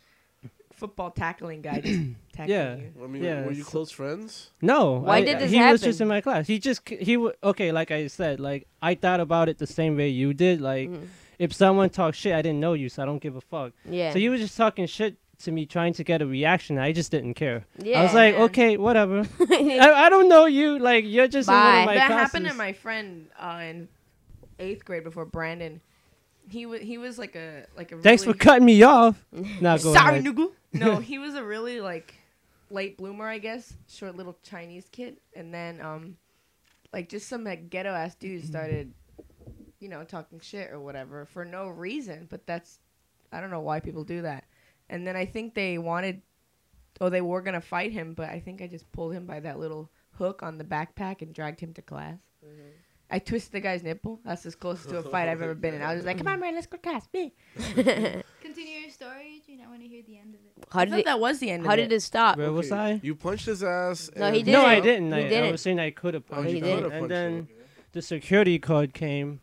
Speaker 6: football tackling guy. Just tackling
Speaker 1: Yeah.
Speaker 6: you.
Speaker 5: I mean,
Speaker 1: Yeah,
Speaker 5: were you
Speaker 1: so-
Speaker 5: close friends?
Speaker 1: No.
Speaker 3: Why
Speaker 1: I-
Speaker 3: did this
Speaker 1: He was just
Speaker 3: happen?
Speaker 1: in my class. He just c- he w- okay. Like I said, like I thought about it the same way you did. Like
Speaker 6: Mm.
Speaker 3: Mhm.
Speaker 1: if someone talks shit, I didn't know you, so I don't give a fuck.
Speaker 3: Yeah.
Speaker 1: So he was just talking shit to me, trying to get a reaction. I just didn't care.
Speaker 3: yeah.
Speaker 1: I was like,
Speaker 6: man.
Speaker 1: okay, whatever. I, I don't know you. Like you're just in one
Speaker 3: Bye.
Speaker 1: of my
Speaker 6: that
Speaker 1: classes.
Speaker 6: happened to my friend uh, in eighth grade before Brandon. He was he was like a like a.
Speaker 1: Thanks
Speaker 6: really,
Speaker 1: for cutting me off. Now go
Speaker 6: Sorry,
Speaker 1: ahead.
Speaker 6: Nugu. No, he was a really like late bloomer, I guess, short little Chinese kid, and then um, like just some like ghetto ass dude started, you know, talking shit or whatever for no reason. But that's I don't know why people do that. And then I think they wanted, oh, they were gonna fight him, but I think I just pulled him by that little hook on the backpack and dragged him to class. I twisted the guy's nipple. That's as close to a fight I've ever been in. I was like, "Come on, man, let's go to class." Me.
Speaker 2: Continue your story. Do you not want to hear the end of it?
Speaker 3: how
Speaker 6: I
Speaker 3: did
Speaker 6: thought
Speaker 3: it,
Speaker 6: that was the end.
Speaker 3: how
Speaker 6: of
Speaker 3: did it stop?
Speaker 1: Where was
Speaker 5: Okay,
Speaker 1: I?
Speaker 5: You punched his ass.
Speaker 3: No, he
Speaker 5: and-
Speaker 3: did
Speaker 1: No, I
Speaker 3: it.
Speaker 1: didn't.
Speaker 3: You
Speaker 1: I, I
Speaker 3: didn't.
Speaker 1: was saying I could have
Speaker 5: Oh,
Speaker 1: punched
Speaker 3: he
Speaker 5: you
Speaker 1: him.
Speaker 3: didn't.
Speaker 5: could have
Speaker 1: And
Speaker 5: punched
Speaker 1: then
Speaker 5: him.
Speaker 1: the security guard came,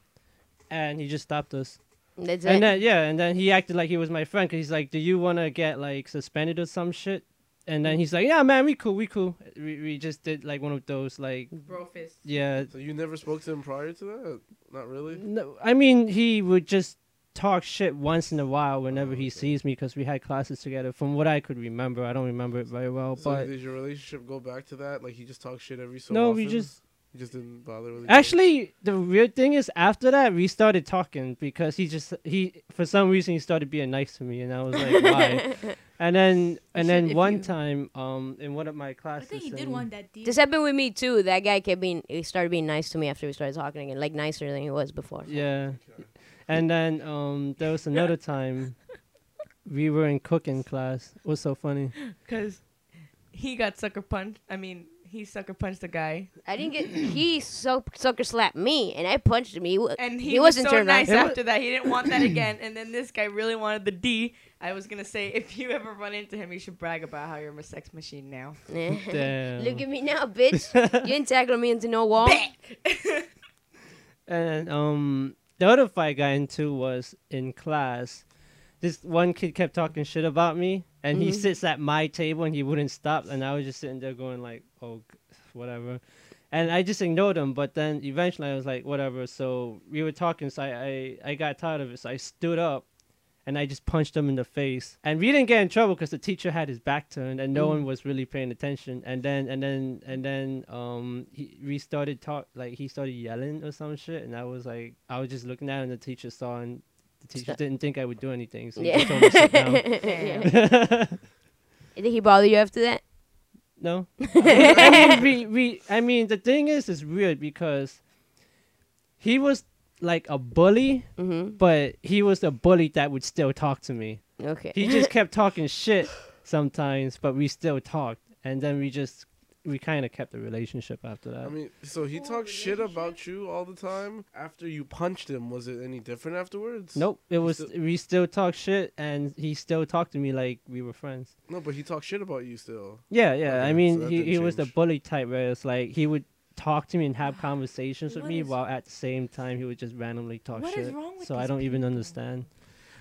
Speaker 1: and he just stopped us.
Speaker 3: That's
Speaker 1: And
Speaker 3: it.
Speaker 1: then yeah, and then he acted like he was my friend because he's like, "Do you want to get like suspended or some shit?" And then he's like, "Yeah, man, we cool, we cool. We, we just did like one of those like
Speaker 6: bro fist.
Speaker 1: yeah.
Speaker 5: So you never spoke to him prior to that? Not really.
Speaker 1: No, I mean he would just talk shit once in a while whenever
Speaker 5: Oh, okay.
Speaker 1: he sees me because we had classes together. From what I could remember, I don't remember it very well,
Speaker 5: So
Speaker 1: but
Speaker 5: did your relationship go back to that? Like you just talk shit every so
Speaker 1: no,
Speaker 5: often?
Speaker 1: we just
Speaker 5: You just didn't bother with each other?
Speaker 1: Actually, the weird thing is after that we started talking because he just he for some reason he started being nice to me and I was like why, and then and
Speaker 6: should
Speaker 1: then
Speaker 6: if
Speaker 1: one
Speaker 6: you-
Speaker 1: time um in one of my
Speaker 2: I
Speaker 1: classes um,
Speaker 2: think he did
Speaker 1: and-
Speaker 2: want that deep.
Speaker 3: This happened with me too. That guy kept being. He started being nice to me after we started talking again, like nicer than he was before.
Speaker 1: yeah, and then um there was another time we were in cooking class. What's so funny?
Speaker 6: Because he got sucker punched. I mean, he sucker punched the guy.
Speaker 3: I didn't get. He so, sucker slapped me, and I punched him. He wa-
Speaker 6: And he,
Speaker 3: he
Speaker 6: was
Speaker 3: wasn't
Speaker 6: so
Speaker 3: turned
Speaker 6: nice
Speaker 1: It wa-
Speaker 6: after that. He didn't want that again. And then this guy really wanted the D. I was going to say, if you ever run into him, you should brag about how you're a sex machine now.
Speaker 1: Damn.
Speaker 3: Look at me now, bitch. you didn't tackle me into no wall.
Speaker 1: And um, the other fight I got into was in class. This one kid kept talking shit about me, and he
Speaker 3: Mhm.
Speaker 1: sits at my table and he wouldn't stop. And I was just sitting there going like, "Oh, g- whatever," and I just ignored him. But then eventually I was like, "Whatever." So we were talking, so I I, I got tired of it, so I stood up. And I just punched him in the face, and we didn't get in trouble because the teacher had his back turned, and no one was really paying attention. And then, and then, and then, um, he we started talk like he started yelling or some shit, and I was like, I was just looking at him, and the teacher saw, and the teacher
Speaker 3: Stop.
Speaker 1: didn't think I would do anything, so he
Speaker 3: Yeah.
Speaker 1: just told me to sit down.
Speaker 3: yeah.
Speaker 1: no.
Speaker 3: Did he bother you after that?
Speaker 1: I mean, we, we, I mean, the thing is, it's weird because he was like a bully,
Speaker 3: Mm-hmm.
Speaker 1: but he was a bully that would still talk to me.
Speaker 3: Okay.
Speaker 1: He just kept talking shit sometimes, but we still talked. And then we just, we kind of kept the relationship after that.
Speaker 5: I mean, so he
Speaker 2: Cool
Speaker 5: talked shit
Speaker 2: relationship.
Speaker 5: about you all the time after you punched him. Was it any different afterwards?
Speaker 1: nope, it was
Speaker 5: still-
Speaker 1: we still talk shit, and he still talked to me like we were friends.
Speaker 5: No, but he talked shit about you still.
Speaker 1: Yeah, yeah.
Speaker 5: Okay,
Speaker 1: I
Speaker 5: so
Speaker 1: mean,
Speaker 5: that
Speaker 1: he,
Speaker 5: didn't
Speaker 1: he was the
Speaker 5: change.
Speaker 1: bully type where it's like he would talk to me and have conversations with
Speaker 6: What
Speaker 1: me
Speaker 6: is-
Speaker 1: while at the same time he would just randomly talk
Speaker 6: What
Speaker 1: shit.
Speaker 6: is wrong with
Speaker 1: so I
Speaker 6: these
Speaker 1: don't even
Speaker 6: people?
Speaker 1: understand.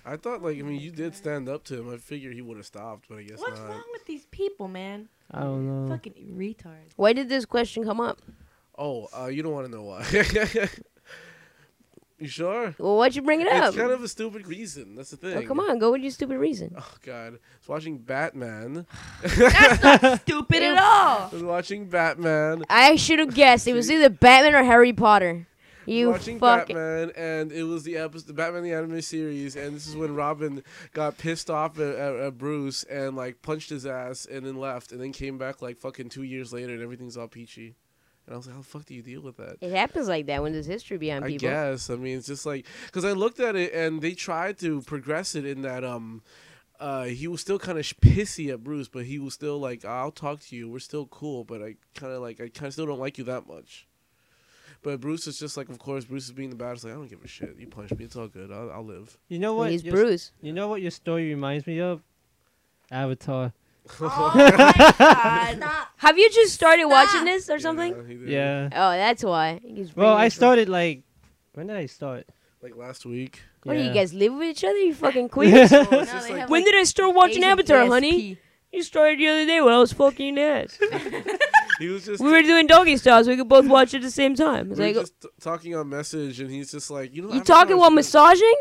Speaker 5: I thought like I mean you did stand up to him. I figured he would have stopped, but I guess
Speaker 6: What's
Speaker 5: not.
Speaker 6: wrong with these people, man?
Speaker 1: I don't know.
Speaker 6: Fucking retards.
Speaker 3: Why did this question come up?
Speaker 5: Oh, uh, you don't want to know why. you sure?
Speaker 3: Well, why'd you bring it up?
Speaker 5: It's kind of a stupid reason. That's the thing.
Speaker 3: Oh, come on, go with your stupid reason.
Speaker 5: Oh God, I was watching Batman.
Speaker 6: Stupid at all.
Speaker 5: I was watching Batman.
Speaker 3: I should have guessed. It was either Batman or Harry Potter. You
Speaker 5: watching
Speaker 3: fucking.
Speaker 5: Batman, and it was the episode, the Batman the anime series, and this is when Robin got pissed off at, at, at Bruce and like punched his ass, and then left, and then came back like fucking two years later, and everything's all peachy. And I was like, how the fuck do you deal with that?
Speaker 3: It happens like that when there's history behind
Speaker 5: I
Speaker 3: people.
Speaker 5: guess. I mean, it's just like because I looked at it and they tried to progress it in that um. Uh, he was still kind of sh- pissy at Bruce, but he was still like, "I'll talk to you. We're still cool, but I kind of like, I kind of still don't like you that much." But Bruce is just like, of course, Bruce is being the baddest. Like, I don't give a shit. You punched me. It's all good. I'll, I'll live.
Speaker 1: You know what?
Speaker 3: He's
Speaker 1: your-
Speaker 3: Bruce.
Speaker 1: You know what your story reminds me of? Avatar.
Speaker 2: Oh my god. Stop. Oh,
Speaker 3: Have you just started watching
Speaker 2: Stop.
Speaker 3: this or something?
Speaker 5: he did.
Speaker 1: Yeah.
Speaker 3: Oh, that's why. He's
Speaker 1: Well,
Speaker 3: bringing
Speaker 1: I
Speaker 3: it-
Speaker 1: started like. When did I start?
Speaker 5: Like last week.
Speaker 3: What do
Speaker 1: Yeah.
Speaker 3: you guys live with each other? You fucking queers.
Speaker 5: It's
Speaker 6: Now
Speaker 5: just
Speaker 6: they
Speaker 5: like-
Speaker 6: have,
Speaker 3: when
Speaker 6: like,
Speaker 3: did I start watching
Speaker 6: Asian
Speaker 3: Avatar,
Speaker 6: ESP.
Speaker 3: honey? You started the other day when I was fucking ass.
Speaker 5: He was just.
Speaker 3: we were doing doggy style, so we could both watch it at the same time.
Speaker 5: we
Speaker 3: It's
Speaker 5: were
Speaker 3: like,
Speaker 5: just t- talking on message, and he's just like, you know,
Speaker 3: you
Speaker 5: Avatar's
Speaker 3: talking while
Speaker 5: good."
Speaker 3: massaging?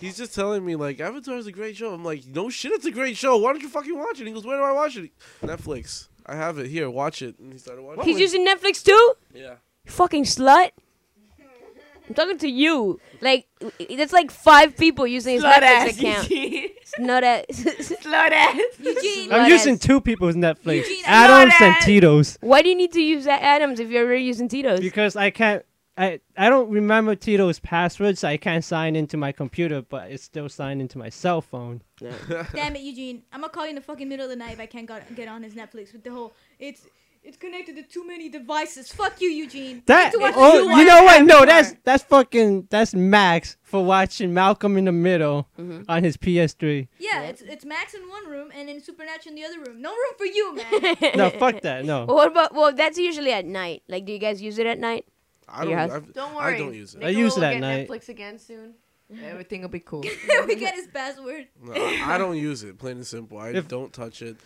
Speaker 5: He's just telling me like Avatar is a great show. I'm like, no shit, it's a great show. Why don't you fucking watch it? He goes, where do I watch it? Netflix. I have it here. Watch it. And he started watching.
Speaker 3: He's
Speaker 5: it.
Speaker 3: using Netflix too?
Speaker 5: yeah.
Speaker 3: You fucking slut. I'm talking to you. Like, that's like five people using his
Speaker 6: Slut
Speaker 3: Netflix
Speaker 6: ass.
Speaker 3: account.
Speaker 6: Eugene.
Speaker 3: Not ass.
Speaker 6: Slut ass.
Speaker 3: Eugene.
Speaker 1: I'm
Speaker 3: Slut
Speaker 1: using
Speaker 3: ass.
Speaker 1: two people's Netflix:
Speaker 6: Eugene, I know
Speaker 1: Adams and
Speaker 6: that.
Speaker 1: Tito's.
Speaker 3: Why do you need to use that Adams if you're already using Tito's?
Speaker 1: Because I can't. I, I don't remember Tito's password, so I can't sign into my computer, but it's still signed into my cell phone.
Speaker 2: Damn it, Eugene. I'm gonna call you in the fucking middle of the night if I can't got, get on his Netflix with the whole it's it's connected to too many devices. Fuck you, Eugene.
Speaker 1: That
Speaker 2: Get to watch
Speaker 1: oh,
Speaker 2: the
Speaker 1: you,
Speaker 2: new
Speaker 1: know
Speaker 2: one.
Speaker 1: what? No, that's that's fucking that's Max for watching Malcolm in the Middle on his PS3.
Speaker 2: Yeah, it's it's Max in one room and then Supernatural in the other room. No room for you, man.
Speaker 1: No, fuck that. No,
Speaker 3: Well, what about? Well, that's usually at night. Like, do you guys use it at night?
Speaker 5: I
Speaker 3: Yeah.
Speaker 5: don't. I've-
Speaker 6: Don't worry.
Speaker 5: I don't use it.
Speaker 1: I use it
Speaker 6: will
Speaker 1: at
Speaker 6: get
Speaker 1: night.
Speaker 6: Netflix again soon. Everything will be cool.
Speaker 2: we get his password.
Speaker 5: No, I I don't use it. Plain and simple. I
Speaker 1: If-
Speaker 5: don't touch it.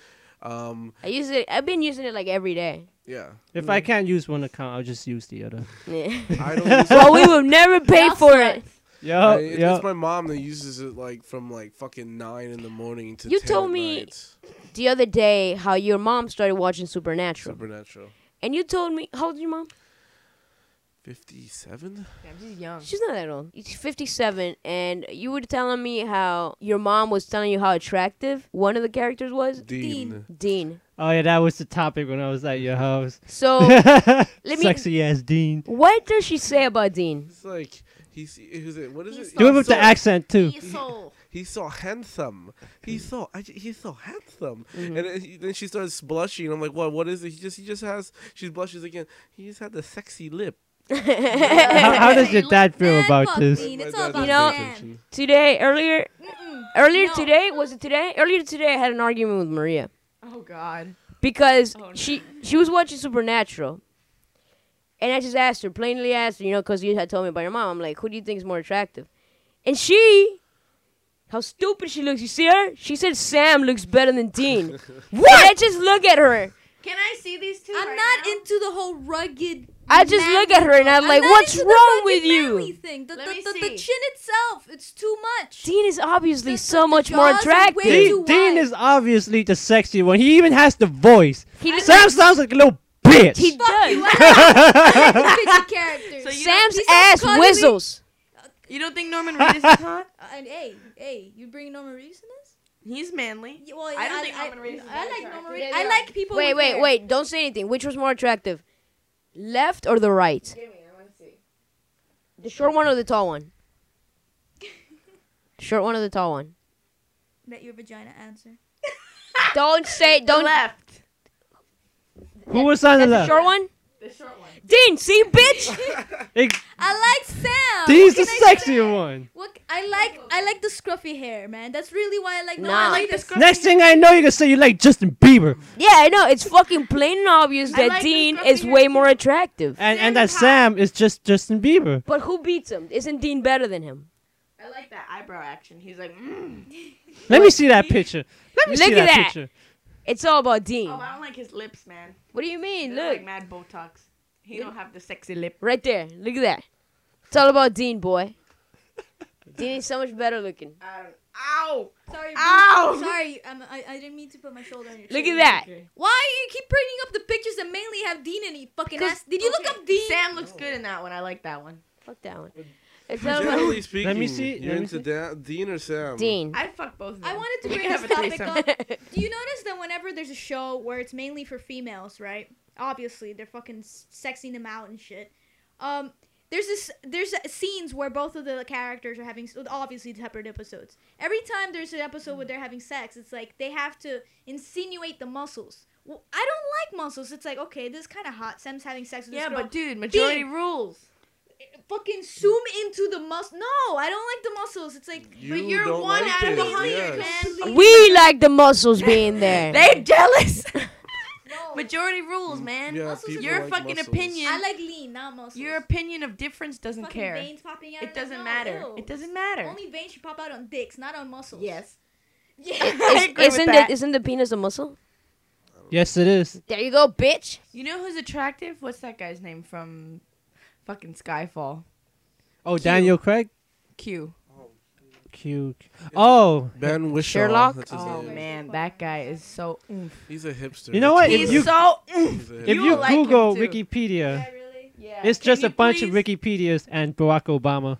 Speaker 5: Um.
Speaker 3: I use it. I've been using it like every day.
Speaker 5: Yeah.
Speaker 1: if I can't use one account, I'll just use the other.
Speaker 3: Yeah.
Speaker 5: I don't use it.
Speaker 3: well, we will never pay
Speaker 2: Y'all
Speaker 3: for it.
Speaker 1: Yo,
Speaker 5: I- it's,
Speaker 1: yo.
Speaker 5: it's my mom that uses it like from like fucking nine in the morning to.
Speaker 3: You
Speaker 5: 10
Speaker 3: told
Speaker 5: at
Speaker 3: me-
Speaker 5: night.
Speaker 3: The other day, how your mom started watching Supernatural,
Speaker 5: Supernatural.
Speaker 3: and you told me, how old is your mom?
Speaker 5: Fifty-seven.
Speaker 6: Damn, she's
Speaker 5: Oh.
Speaker 6: young.
Speaker 3: She's not that old. She's 57, and you were telling me how your mom was telling you how attractive one of the characters was.
Speaker 5: Dean.
Speaker 3: Dean.
Speaker 1: Oh yeah, that was the topic when I was at your house.
Speaker 3: So, Oh, me-
Speaker 1: Sexy ass Dean.
Speaker 3: what does she say about Dean?
Speaker 5: It's like he's. Who's it? What is
Speaker 2: He's
Speaker 5: it?
Speaker 1: Do it with
Speaker 5: so,
Speaker 1: the accent too.
Speaker 2: Be a soul.
Speaker 5: He's so handsome. He's so I, ju- he's so handsome. And then, he- then she starts blushing. I'm like, what? What is it? He just he just has. She blushes again. He just had the sexy lip.
Speaker 1: how, how does your dad feel
Speaker 2: Man,
Speaker 1: about
Speaker 2: fuck
Speaker 1: this?
Speaker 2: Dean. It's
Speaker 5: My
Speaker 2: all
Speaker 5: dad
Speaker 2: about
Speaker 5: does
Speaker 3: know-
Speaker 5: that
Speaker 2: man.
Speaker 5: attention.
Speaker 3: Today, earlier,
Speaker 2: Mm-mm.
Speaker 3: earlier
Speaker 2: No.
Speaker 3: today, was it today? Earlier today, I had an argument with Maria
Speaker 6: Oh God.
Speaker 3: because
Speaker 6: Oh, no.
Speaker 3: she she was watching Supernatural, and I just asked her plainly asked her, you know, because you had told me about your mom. I'm like, who do you think is more attractive? And she, how stupid she looks. You see her? She said Sam looks better than Dean. what? I just look at her.
Speaker 6: Can I see these two?
Speaker 2: I'm
Speaker 6: right
Speaker 2: not
Speaker 6: now?
Speaker 2: into the whole rugged.
Speaker 3: I just look at her and I'm
Speaker 2: manly
Speaker 3: like,
Speaker 2: look.
Speaker 3: what's
Speaker 2: not into the
Speaker 3: wrong
Speaker 2: rugged
Speaker 3: with you?
Speaker 2: manly Thing. The, the,
Speaker 6: Let me
Speaker 2: the, the
Speaker 6: see.
Speaker 2: chin itself, it's too much.
Speaker 3: Dean is obviously
Speaker 2: The-
Speaker 3: so
Speaker 2: the
Speaker 3: much more
Speaker 2: jaws are
Speaker 3: attractive.
Speaker 2: way too
Speaker 1: Dean, Dean
Speaker 2: wide.
Speaker 1: is obviously the sexy one. He even has the voice.
Speaker 3: He looks-
Speaker 1: Sam sounds like a little bitch.
Speaker 3: He
Speaker 2: Fuck you,
Speaker 3: does.
Speaker 2: bitchy characters.
Speaker 6: So you
Speaker 3: Sam's
Speaker 2: He's so
Speaker 3: ass
Speaker 2: cuddly.
Speaker 3: whistles.
Speaker 6: You don't think Norman Reedus is hot?
Speaker 2: Uh, and hey, hey, you bring Norman Reedus in this?
Speaker 6: He's manly.
Speaker 2: Yeah, well,
Speaker 6: I don't think Norman Reedus is
Speaker 2: I,
Speaker 6: that
Speaker 2: like Norman
Speaker 6: attractive.
Speaker 2: Reedus. I like people.
Speaker 3: Wait,
Speaker 2: with
Speaker 3: wait,
Speaker 2: hair.
Speaker 3: wait. Don't say anything. Which was more attractive? Left or the right?
Speaker 6: Give me, I want to see.
Speaker 3: The short one or the tall one? The short one or the tall one?
Speaker 2: Let your vagina answer.
Speaker 3: Don't say. Don't.
Speaker 6: the left.
Speaker 1: Who was on the
Speaker 3: That's the
Speaker 1: left?
Speaker 3: short one.
Speaker 6: The short one.
Speaker 3: Dean, see, bitch.
Speaker 1: Ex-
Speaker 2: I like Sam.
Speaker 1: Dee's the
Speaker 2: What can I say?
Speaker 1: sexier one.
Speaker 2: What c- I like, I like the scruffy hair, man. That's really why I like. No, I
Speaker 3: Nah.
Speaker 2: like the scruffy.
Speaker 1: Next thing I know, you're gonna say you like Justin Bieber,
Speaker 3: yeah, I know. It's fucking plain and obvious
Speaker 6: I
Speaker 3: that
Speaker 6: like the
Speaker 3: Dean
Speaker 6: scruffy
Speaker 3: is
Speaker 6: hair
Speaker 3: way
Speaker 6: too.
Speaker 3: more attractive.
Speaker 1: and and
Speaker 6: Sandy
Speaker 1: that
Speaker 6: Hook.
Speaker 1: Sam is just Justin Bieber.
Speaker 3: But who beats him? Isn't Dean better than him?
Speaker 6: I like that eyebrow action. He's like, mm.
Speaker 1: Let me see that picture. Let me see
Speaker 3: Look
Speaker 1: that,
Speaker 3: at that.
Speaker 1: picture.
Speaker 3: It's all about Dean.
Speaker 6: oh, I don't like his lips, man.
Speaker 3: what do you mean?
Speaker 6: They
Speaker 3: Look
Speaker 6: look like mad Botox. He don't have the sexy lip.
Speaker 3: right there. Look at that. It's all about Dean, boy. Dean is so much better looking.
Speaker 6: I don't- Um, Ow!
Speaker 2: Sorry, bro.
Speaker 6: Ow!
Speaker 2: Sorry, um, I, I didn't mean to put my shoulder on your.
Speaker 3: Look
Speaker 2: chin.
Speaker 3: at that.
Speaker 2: Why you keep bringing up the pictures that mainly have Dean in it? Fucking
Speaker 3: 'Cause-
Speaker 2: ass. Did you look
Speaker 6: Okay,
Speaker 2: up Dean?
Speaker 6: Sam looks good in that one. I like that one.
Speaker 3: Fuck that one. It's all about
Speaker 5: Generally speaking,
Speaker 1: me see-
Speaker 5: you're
Speaker 1: let me
Speaker 5: into
Speaker 1: see.
Speaker 5: Da- Dean or Sam?
Speaker 3: Dean.
Speaker 6: I'd fuck both of them.
Speaker 2: I wanted to
Speaker 6: We
Speaker 2: bring
Speaker 6: could
Speaker 2: this
Speaker 6: have a
Speaker 2: topic
Speaker 6: threesome.
Speaker 2: up. Do you notice that whenever there's a show where it's mainly for females, right? Obviously, they're fucking s- sexing them out and shit. Um, there's this there's uh, scenes where both of the characters are having s- obviously separate episodes. Every time there's an episode
Speaker 6: Mm.
Speaker 2: where they're having sex, it's like they have to insinuate the muscles. Well, I don't like muscles. It's like okay, this is kind of hot. Sam's having sex with this
Speaker 6: Yeah,
Speaker 2: girl.
Speaker 6: but dude, majority
Speaker 2: Dean.
Speaker 6: rules.
Speaker 2: fucking zoom into the muscle. No, I don't like the muscles. It's like
Speaker 5: You
Speaker 6: but you're
Speaker 5: don't
Speaker 6: one
Speaker 5: like
Speaker 6: out of a
Speaker 5: it,
Speaker 6: hundred,
Speaker 5: yes.
Speaker 2: man.
Speaker 3: We like the muscles being there.
Speaker 6: They jealous.
Speaker 2: no.
Speaker 3: Mm.
Speaker 6: majority rules, man.
Speaker 5: Yeah,
Speaker 2: Muscles are-
Speaker 5: people
Speaker 6: Your
Speaker 5: like
Speaker 6: fucking
Speaker 5: muscles.
Speaker 6: opinion.
Speaker 2: I like lean, not muscles.
Speaker 6: Your opinion of difference doesn't
Speaker 2: Fucking
Speaker 6: care.
Speaker 2: Veins popping out
Speaker 6: It
Speaker 2: of-
Speaker 6: doesn't
Speaker 2: no,
Speaker 6: matter.
Speaker 2: ew.
Speaker 6: It doesn't matter.
Speaker 2: Only veins should pop out on dicks, not on muscles.
Speaker 6: Yes.
Speaker 2: Yeah.
Speaker 6: I
Speaker 3: Is,
Speaker 6: agree with
Speaker 3: isn't
Speaker 6: that.
Speaker 3: the, isn't the penis a muscle?
Speaker 1: Yes, it is.
Speaker 3: There you go, bitch.
Speaker 6: You know who's attractive? What's that guy's name from fucking Skyfall?
Speaker 1: Oh, Daniel Craig.
Speaker 6: Q.
Speaker 1: Cute. Oh,
Speaker 5: Ben Wishaw.
Speaker 3: Sherlock?
Speaker 5: That's his
Speaker 6: Oh
Speaker 5: name.
Speaker 6: man, that guy is so.
Speaker 5: He's a hipster.
Speaker 1: You know what? If
Speaker 6: He's
Speaker 1: you-
Speaker 6: so.
Speaker 5: He's a hipster.
Speaker 1: if
Speaker 6: You
Speaker 1: you,
Speaker 6: will like him
Speaker 1: Google
Speaker 6: too.
Speaker 1: Wikipedia,
Speaker 2: Yeah, really?
Speaker 6: Yeah.
Speaker 1: it's just
Speaker 6: Can
Speaker 1: a
Speaker 6: you
Speaker 1: bunch
Speaker 6: please-
Speaker 1: of Wikipedias and Barack Obama.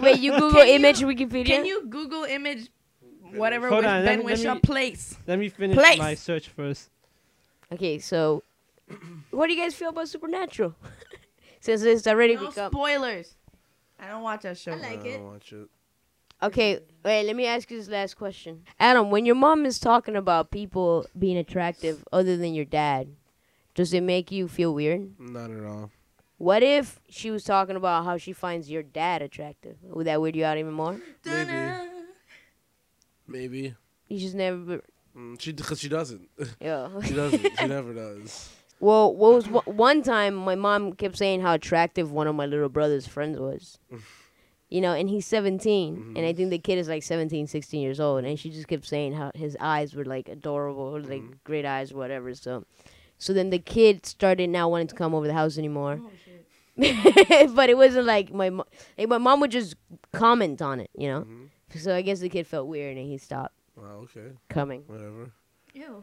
Speaker 3: Wait, you Google
Speaker 6: Can you-
Speaker 3: image Wikipedia?
Speaker 6: Can you Google image whatever
Speaker 1: Hold
Speaker 6: with
Speaker 1: on, let
Speaker 6: Ben
Speaker 1: me- let
Speaker 6: Wishaw
Speaker 1: me-
Speaker 6: place?
Speaker 1: Let me finish
Speaker 6: Place.
Speaker 1: my search first.
Speaker 3: Okay, so what do you guys feel about Supernatural? Since it's already
Speaker 6: No
Speaker 3: become
Speaker 6: spoilers. I don't watch that show.
Speaker 2: I like
Speaker 5: I
Speaker 2: it.
Speaker 5: don't watch it.
Speaker 3: okay. Wait, let me ask you this last question, Adam. When your mom is talking about people being attractive other than your dad, does it make you feel weird?
Speaker 5: Not at all.
Speaker 3: What if she was talking about how she finds your dad attractive? Would that weird you out even more?
Speaker 5: Maybe. Maybe.
Speaker 3: You just never,
Speaker 5: Mm, she because she doesn't.
Speaker 3: yeah.
Speaker 5: she doesn't. She never does.
Speaker 3: Well, what was one- one time my mom kept saying how attractive one of my little brother's friends was. You know, and he's 17, and I think the kid is like 17, 16 years old, and she just kept saying how his eyes were like adorable, or, like great eyes, whatever. So, so then the kid started not wanting to come over the house anymore. but it wasn't like my mo- like my mom would just comment on it, you know. So I guess the kid felt weird and he stopped
Speaker 5: Wow. Okay.
Speaker 3: coming.
Speaker 5: Whatever.
Speaker 2: Ew.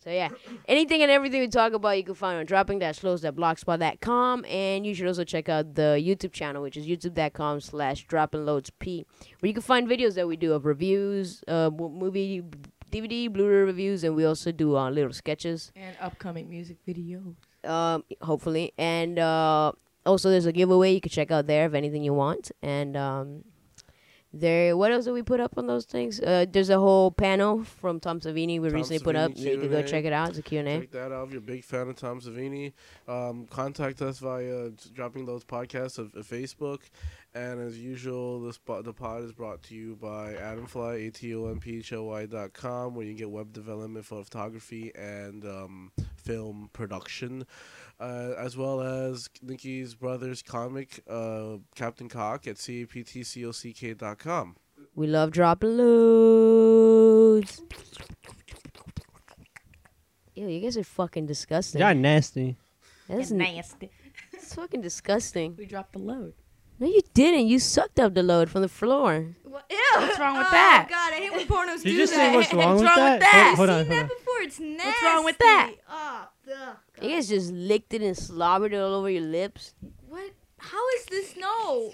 Speaker 3: So yeah, anything and everything we talk about, you can find on dropping that slows that blogspot.com, and you should also check out the YouTube channel, which is youtube.com slash dropping loads p, where you can find videos that we do of reviews, uh, mo- movie, DVD, Blu-ray reviews, and we also do uh, little sketches,
Speaker 6: And upcoming music videos.
Speaker 3: um, hopefully, and uh, also there's a giveaway you can check out there of anything you want, and um, there, what else did we put up on those things? Uh, there's a whole panel from Tom Savini we
Speaker 5: Tom
Speaker 3: recently put up.
Speaker 5: Savini
Speaker 3: You can go
Speaker 5: Q&A.
Speaker 3: check it out. It's a Q&A.
Speaker 5: Check that out. If you're a big fan of Tom Savini, um, contact us via dropping those podcasts of, of Facebook. And as usual, this po- the pod is brought to you by Adamfly, A T O M P H L Y dot com, where you get web development for photography and um, film production, uh, as well as Nikki's brother's comic, uh, Captain Cock, at C A P T C O C K dot com.
Speaker 3: We love dropping loads. Ew, you guys are fucking disgusting.
Speaker 1: Y'all nasty.
Speaker 3: That's
Speaker 6: You're
Speaker 3: n-
Speaker 6: nasty.
Speaker 3: that's fucking disgusting.
Speaker 6: We dropped the load.
Speaker 3: No, you didn't. You sucked up the load from the floor.
Speaker 2: What, ew.
Speaker 6: What's wrong with
Speaker 2: oh,
Speaker 6: that?
Speaker 2: God, I hate when pornos
Speaker 1: You
Speaker 2: do
Speaker 1: just
Speaker 2: that.
Speaker 1: say what's wrong,
Speaker 6: What's
Speaker 1: with,
Speaker 6: wrong
Speaker 1: that?
Speaker 6: with that?
Speaker 1: Hold, hold
Speaker 2: I've
Speaker 1: on, hold
Speaker 2: seen that
Speaker 1: on.
Speaker 2: before. It's nasty.
Speaker 6: What's wrong with that?
Speaker 2: Oh, ugh,
Speaker 3: You
Speaker 2: God.
Speaker 3: guys just licked it and slobbered it all over your lips.
Speaker 2: What? How is this no?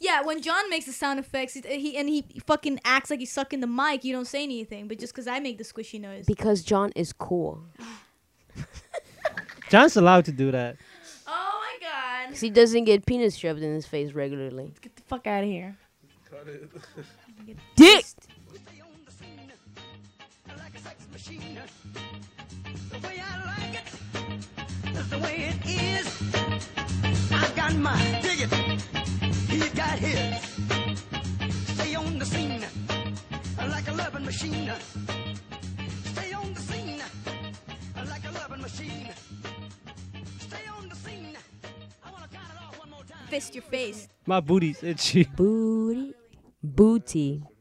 Speaker 2: Yeah, when John makes the sound effects, it, he and he fucking acts like he's sucking the mic. You don't say anything, but just because I make the squishy noise.
Speaker 3: Because John is cool.
Speaker 1: John's allowed to do that.
Speaker 2: Oh my god.
Speaker 3: 'Cause he doesn't get penis shoved in his face regularly.
Speaker 6: Get the fuck out of here.
Speaker 5: Cut it.
Speaker 3: Dick!
Speaker 4: We stay on the scene like a sex machine. The way I like it is the way it is. I got my dig it. He got his. Stay on the scene like a loving machine. Stay on the scene like a loving machine. Stay on the scene. I want to count it off one more time.
Speaker 2: Fist your face.
Speaker 1: My booty's itchy.
Speaker 3: Booty. Booty.